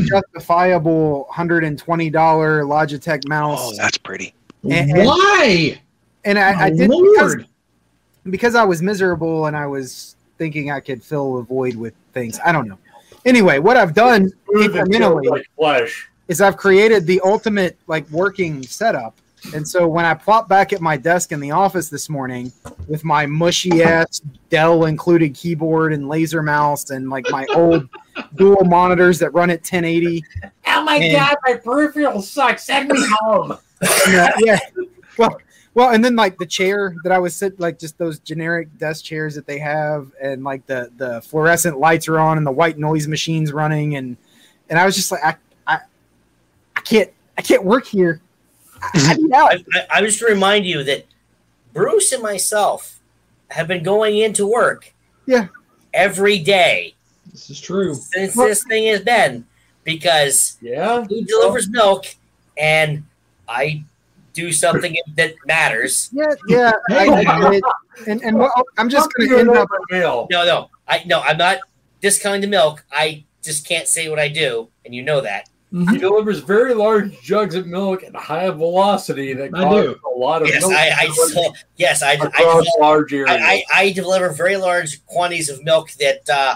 unjustifiable hundred and twenty dollar Logitech oh, mouse, that's pretty. And- and- Why? and I, I My did because, Lord. because I was miserable and I was thinking I could fill the void with things. I don't know. Anyway, what I've done Food that feels incrementally like flesh. is I've created the ultimate like working setup. And so when I plop back at my desk in the office this morning with my mushy ass Dell included keyboard and laser mouse and like my old dual monitors that run at 1080. Oh my And- God, my peripheral sucks. Send me home. And, uh, yeah. Well, well, and then like the chair that I was sit like just those generic desk chairs that they have, and like the the fluorescent lights are on, and the white noise machines running, and and I was just like, I I, I can't I can't work here. I, I need out. I, I, I just remind you that Bruce and myself have been going into work. Yeah. Every day This is true. since Well- this thing has been because Yeah. he delivers milk and I do something that matters. Yeah, yeah. I, I, it, and and what, oh, I'm just Fuck going you, to end up. Norman Mailer. No, no, I no, I'm not discounting the milk. I just can't say what I do, and you know that. Mm-hmm. He delivers very large jugs of milk at high velocity that I cause do. a lot of Yes, milk I, I saw- yes, I, I, across saw- large areas. I, I, I deliver very large quantities of milk that uh,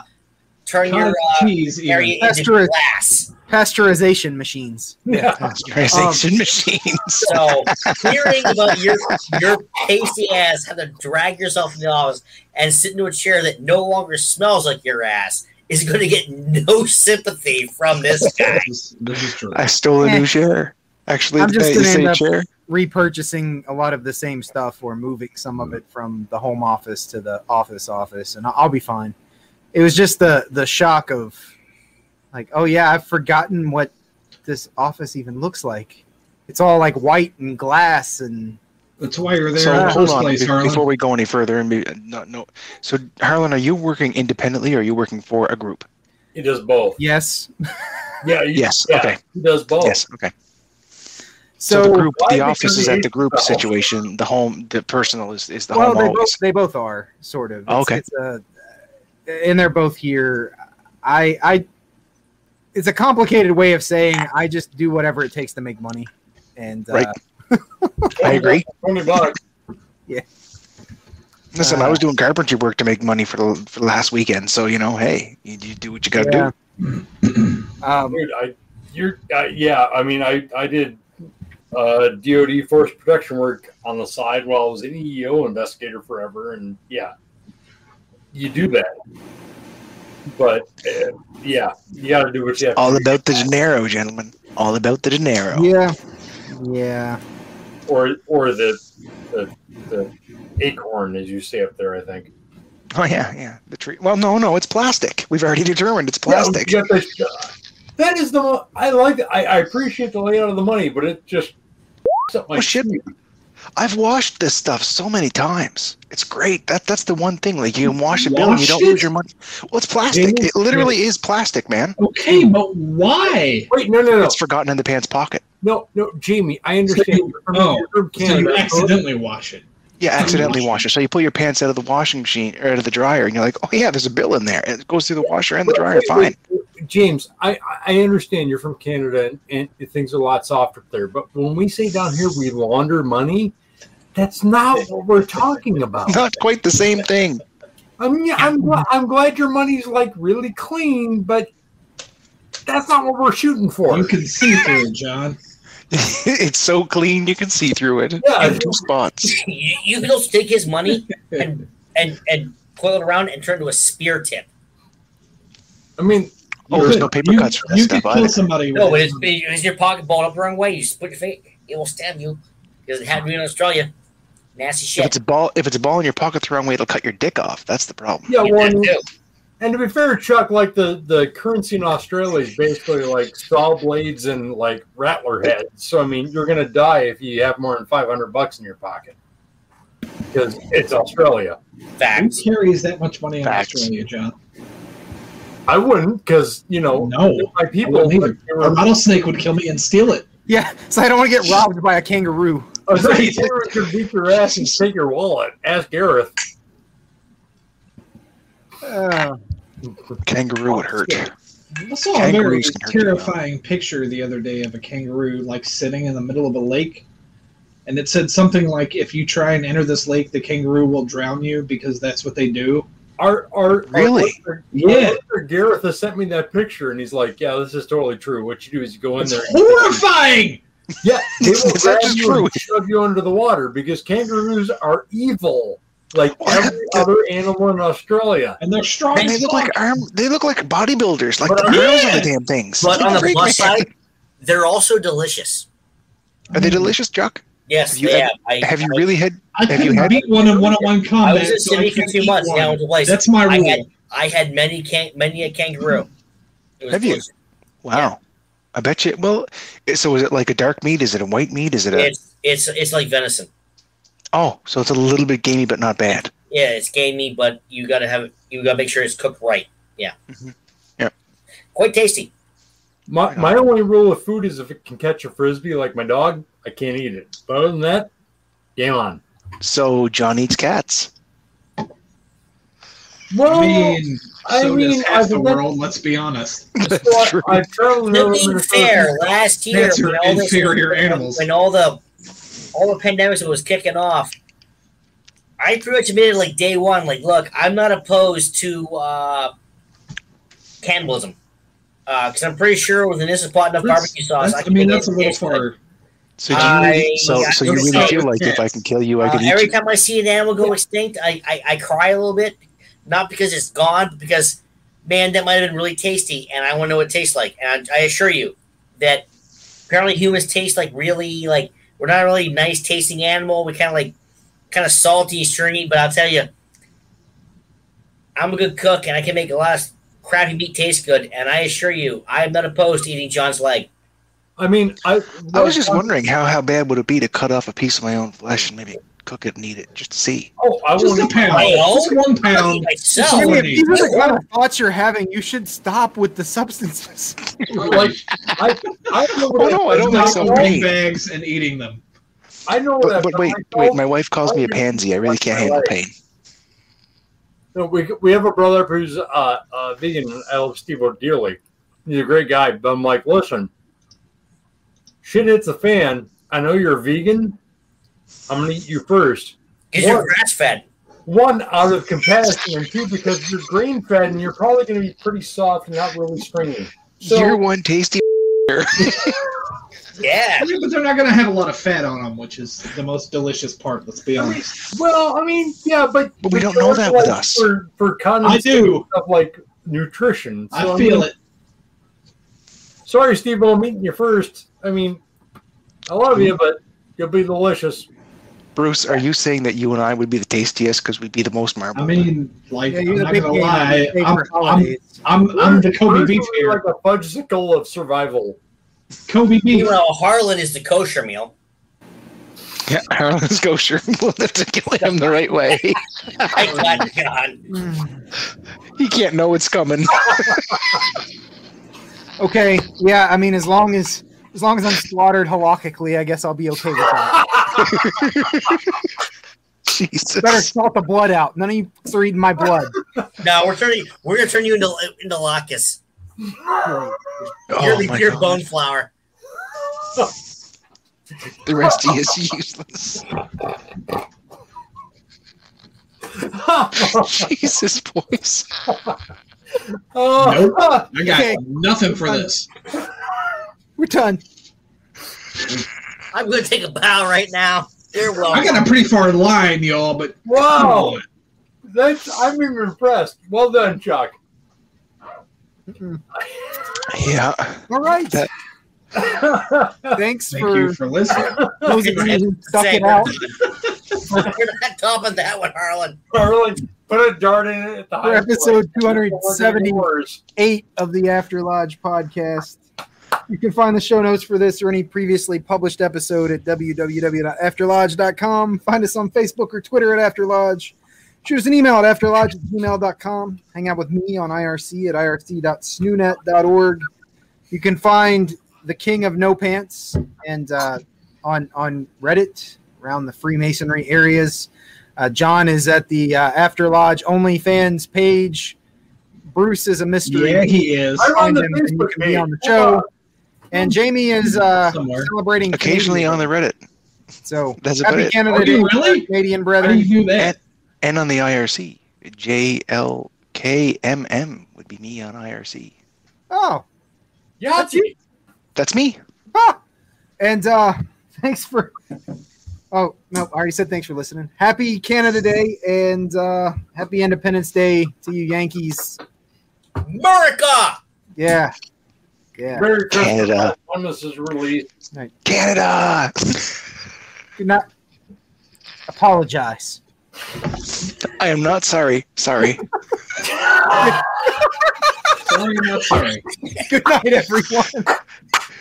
turn your Cottage uh, cheese. Even. area into Asterisk. glass. Pasteurization machines. yeah. Um, Um, Pasteurization machines. So hearing about your your pasty ass having to drag yourself in the office and sit into a chair that no longer smells like your ass is going to get no sympathy from this guy. This, is- this is true. I stole a Eh. new chair. Actually, I'm just the gonna same end up- chair. Repurchasing a lot of the same stuff or moving some of it from the home office to the office office, and I'll be fine. It was just the the shock of, like, oh yeah, I've forgotten what this office even looks like. It's all like white and glass, and That's why you're there So in the hold first on place, be- Harlan. before we go any further. And be, no, no. So Harlan, are you working independently or are you working for a group? He does both. yes. Yeah. he- Yes. yeah, Okay. He does both. Yes. Okay. So, So, the group, why the did office you is at leave the group the office? situation. The home, the personal is, is the well, home they always. both they both are sort of. It's- Okay. it's a- and they're both here. I I. It's a complicated way of saying I just do whatever it takes to make money, and Right. uh, I agree. Twenty bucks. Listen, I Uh, was doing carpentry work to make money for the, for the last weekend, so you know, hey, you, you do what you got to yeah. do. Um, Dude, I, you're, uh, yeah. I mean, I, I did uh, DoD Force Protection work on the side while I was an EEO investigator forever, and yeah, you do that. But uh, yeah, you got to do what you have. to All do. about the dinero, gentlemen. All about the dinero. Yeah. Yeah. or or the the, the acorn as you say up there. I think Oh yeah, yeah. The tree. Well, no, no, it's plastic. We've already determined it's plastic. Yeah, you get the- that is the mo- I like. the- I, I appreciate the layout of the money, but it just up my Oh, shit. I've washed this stuff so many times. It's great. That that's the one thing. Like you can wash a bill and you Wash don't it? lose your money. Well, it's plastic. Damn. It literally is plastic, man. Okay, but why? Wait, no, no, no, It's forgotten in the pants pocket. no, no, Jamie. I understand. you're from- Oh, you're from So you Canada. accidentally wash it. Yeah, accidentally wash wash it. So you pull your pants out of the washing machine or out of the dryer, and you're like, oh yeah, there's a bill in there. And it goes through the washer and the dryer. Wait, Fine. wait, wait. James, I, I understand you're from Canada and, and things are a lot softer there, but when we say down here we launder money, that's not what we're talking about. Not quite the same thing. I mean, yeah, I'm, gl- I'm glad your money's like really clean, but that's not what we're shooting for. You can see through it, John. it's so clean you can see through it. Yeah. In two spots. You, you can just take his money and and and coil it around and turn it to a spear tip. I mean, Oh, there's no paper you, cuts for that You stuff could kill either. somebody. No, with but it's, it. it's your pocket balled up the wrong way. You split your face, it will stab you. Because it happened to me in Australia. Nasty If it's shit. a ball, if it's a ball in your pocket the wrong way, it'll cut your dick off. That's the problem. yeah, well, That too. and to be fair, Chuck, like the, the currency in Australia is basically like saw blades and like rattler heads. So I mean, you're gonna die if you have more than five hundred bucks in your pocket because it's Australia. Who Facts. carries that much money in Facts. Australia, John? I wouldn't because you know No. my I people. wouldn't either. they A were- rattlesnake would kill me and steal it. Yeah. So I don't want to get robbed by a kangaroo. I think they were gonna beat your ass and take your wallet. Ask Gareth. Uh, Kangaroo would hurt. I saw a very Kangaroos can hurt you, though. terrifying picture the other day of a kangaroo like sitting in the middle of a lake, and it said something like, "If you try and enter this lake, the kangaroo will drown you because that's what they do." Our our Really? Our listener, Yeah. our listener Gareth has sent me that picture, and he's like, "Yeah, this is totally true. What you do is you go in It's there." horrifying. Yeah, they It's- will it's grab actually you true. and shove you under the water because kangaroos are evil, like What? every other animal in Australia. And they're strong And they as look fuck. like arm. They look like bodybuilders, like But- the girls of the Yeah! damn things. But on the Freak, plus man. side, they're also delicious. are they delicious, Chuck? Yes, Have you they ever- have. I, Have you I, really had? I Have you couldn't had- beat one in one-on-one I combat. was in so I city for couldn't two eat months. one. Now it's a place. That's my I rule. had, I had many can, many a kangaroo. It was Have you? delicious. Wow. I bet you. Well, so is it like a dark meat? Is it a white meat? Is it a? It's it's it's like venison. Oh, so it's a little bit gamey, but not bad. Yeah, it's gamey, but you gotta have it. You gotta make sure it's cooked right. Yeah. Mm-hmm. Mhm. Yeah. Quite tasty. My, my only rule of food is if it can catch a frisbee, like my dog, I can't eat it. But other than that, game on. So John eats cats. Well, I mean, Oh, I so mean, does half I the think that- world. Let's be honest. That's true. I've traveled To around be Minnesota. fair, last year That's when your all, this, inferior when- animals. when all the all the pandemics was kicking off, I pretty much admitted like day one, like, look, I'm not opposed to uh, cannibalism. Because I'm pretty sure with an instant pot enough That's- barbecue sauce, that's- I can mean, make that's a it little taste good. far. So do you? I- really, so I so you don't really know. feel like if I can kill you, I Uh, can eat every you. time I see an animal go extinct, I, I, I cry a little bit, not because it's gone, but because man, that might have been really tasty, and I want to know what it tastes like. And I, I assure you that apparently humans taste like really like we're not a really nice tasting animal. We kind of like kind of salty, stringy. But I'll tell you, I'm a good cook, and I can make a lot of crappy meat taste good. And I assure you, I'm not opposed to eating John's leg. I mean, I, I was just wondering how how bad would it be to cut off a piece of my own flesh and maybe cook it and eat it just to see. Oh, I Just a was pound. Well, Just one I pound. eat myself. Oh, Jimmy, if wait. these are the kind of thoughts you're having, you should stop with the substances. like, I, I know Oh what no, I don't Not think so. opening Wait. bags and eating them. I know But, that. but wait, wait. My wife calls me a pansy. I really can't handle pain. No, we, we have a brother up who's uh, uh, vegan. and I love Steve dearly. He's a great guy, but I'm like, listen, shit hits the fan. I know you're vegan. I'm gonna eat you first. Because you're grass fed. One out of compassion, and two because you're grain fed and you're probably gonna be pretty soft and not really stringy. So You're one tasty. Yeah. Yeah, but they're not going to have a lot of fat on them, which is the most delicious part. Let's be honest. Well, I mean, yeah, but But we don't know that like, with us. For for I condensation do. of like nutrition, so I I'm feel gonna- it. Sorry, Steve, but I'm eating you first. I mean, I love you, but you'll be delicious. Bruce, are you saying that you and I would be the tastiest because we'd be the most marble? I mean, like, Yeah, I'm you're the not big going to game. lie. Big I'm, for I'm, holidays. I'm, I'm the Kobe Bruce beef was here. Like a fudgesicle of survival. Kobe beef. Meanwhile, Harlan is the kosher meal. yeah, Harlan's kosher. We'll have to kill him the right way. My God, God. he can't know it's coming. Okay, yeah, I mean, as long as as long as I'm slaughtered halakhically, I guess I'll be okay with that. Jesus. Better salt the blood out. None of you are eating my blood. No, we're turning. We're gonna turn you into into Lacus. You're oh the my pure God. bone flour. The rest of you is useless. Jesus, boys. Oh, I got Okay. nothing for this. We're done. I'm gonna take a bow right now. You're welcome. I got a pretty far line, y'all, but come wow. on. That's, I'm even impressed. Well done, Chuck. Yeah. All right. That- Thanks Thank for, you for listening. those of you who stuck Say it out. We're not topping that one, Harlan. Harlan, put a dart in it at the For highest episode point. 270. Yours. eight of the After Lodge podcast. You can find the show notes for this or any previously published episode at www.afterlodge.com. Find us on Facebook or Twitter at Afterlodge. Shoot us an email at afterlodge at gmail.com. Hang out with me on IRC at irc.snoonet.org. You can find the King of No Pants and uh, on on Reddit around the Freemasonry areas. Uh, John is at the uh, After Lodge OnlyFans page. Bruce is a mystery Yeah, he is. I'm on find the him and you Facebook can page. be on the show. Hold And Jamie is uh, Somewhere. celebrating Occasionally on the Reddit. so That's about happy it. Canada Are Day, Oh, you really? Canadian How do brethren. you do that? And on the IRC. JLKMM would be me on IRC. Oh, Yahtzee. That's me. ah. and uh, thanks for. Oh no, I already said thanks for listening. Happy Canada Day and uh, happy Independence Day to you Yankees. America. Yeah, yeah. Merry Christmas. Canada. When this is released. Canada. Do not apologize. I am not sorry. Sorry. Sorry, not sorry. Good night, everyone.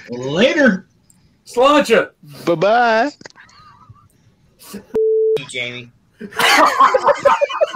Later. Sláinte. bye bye. Jamie.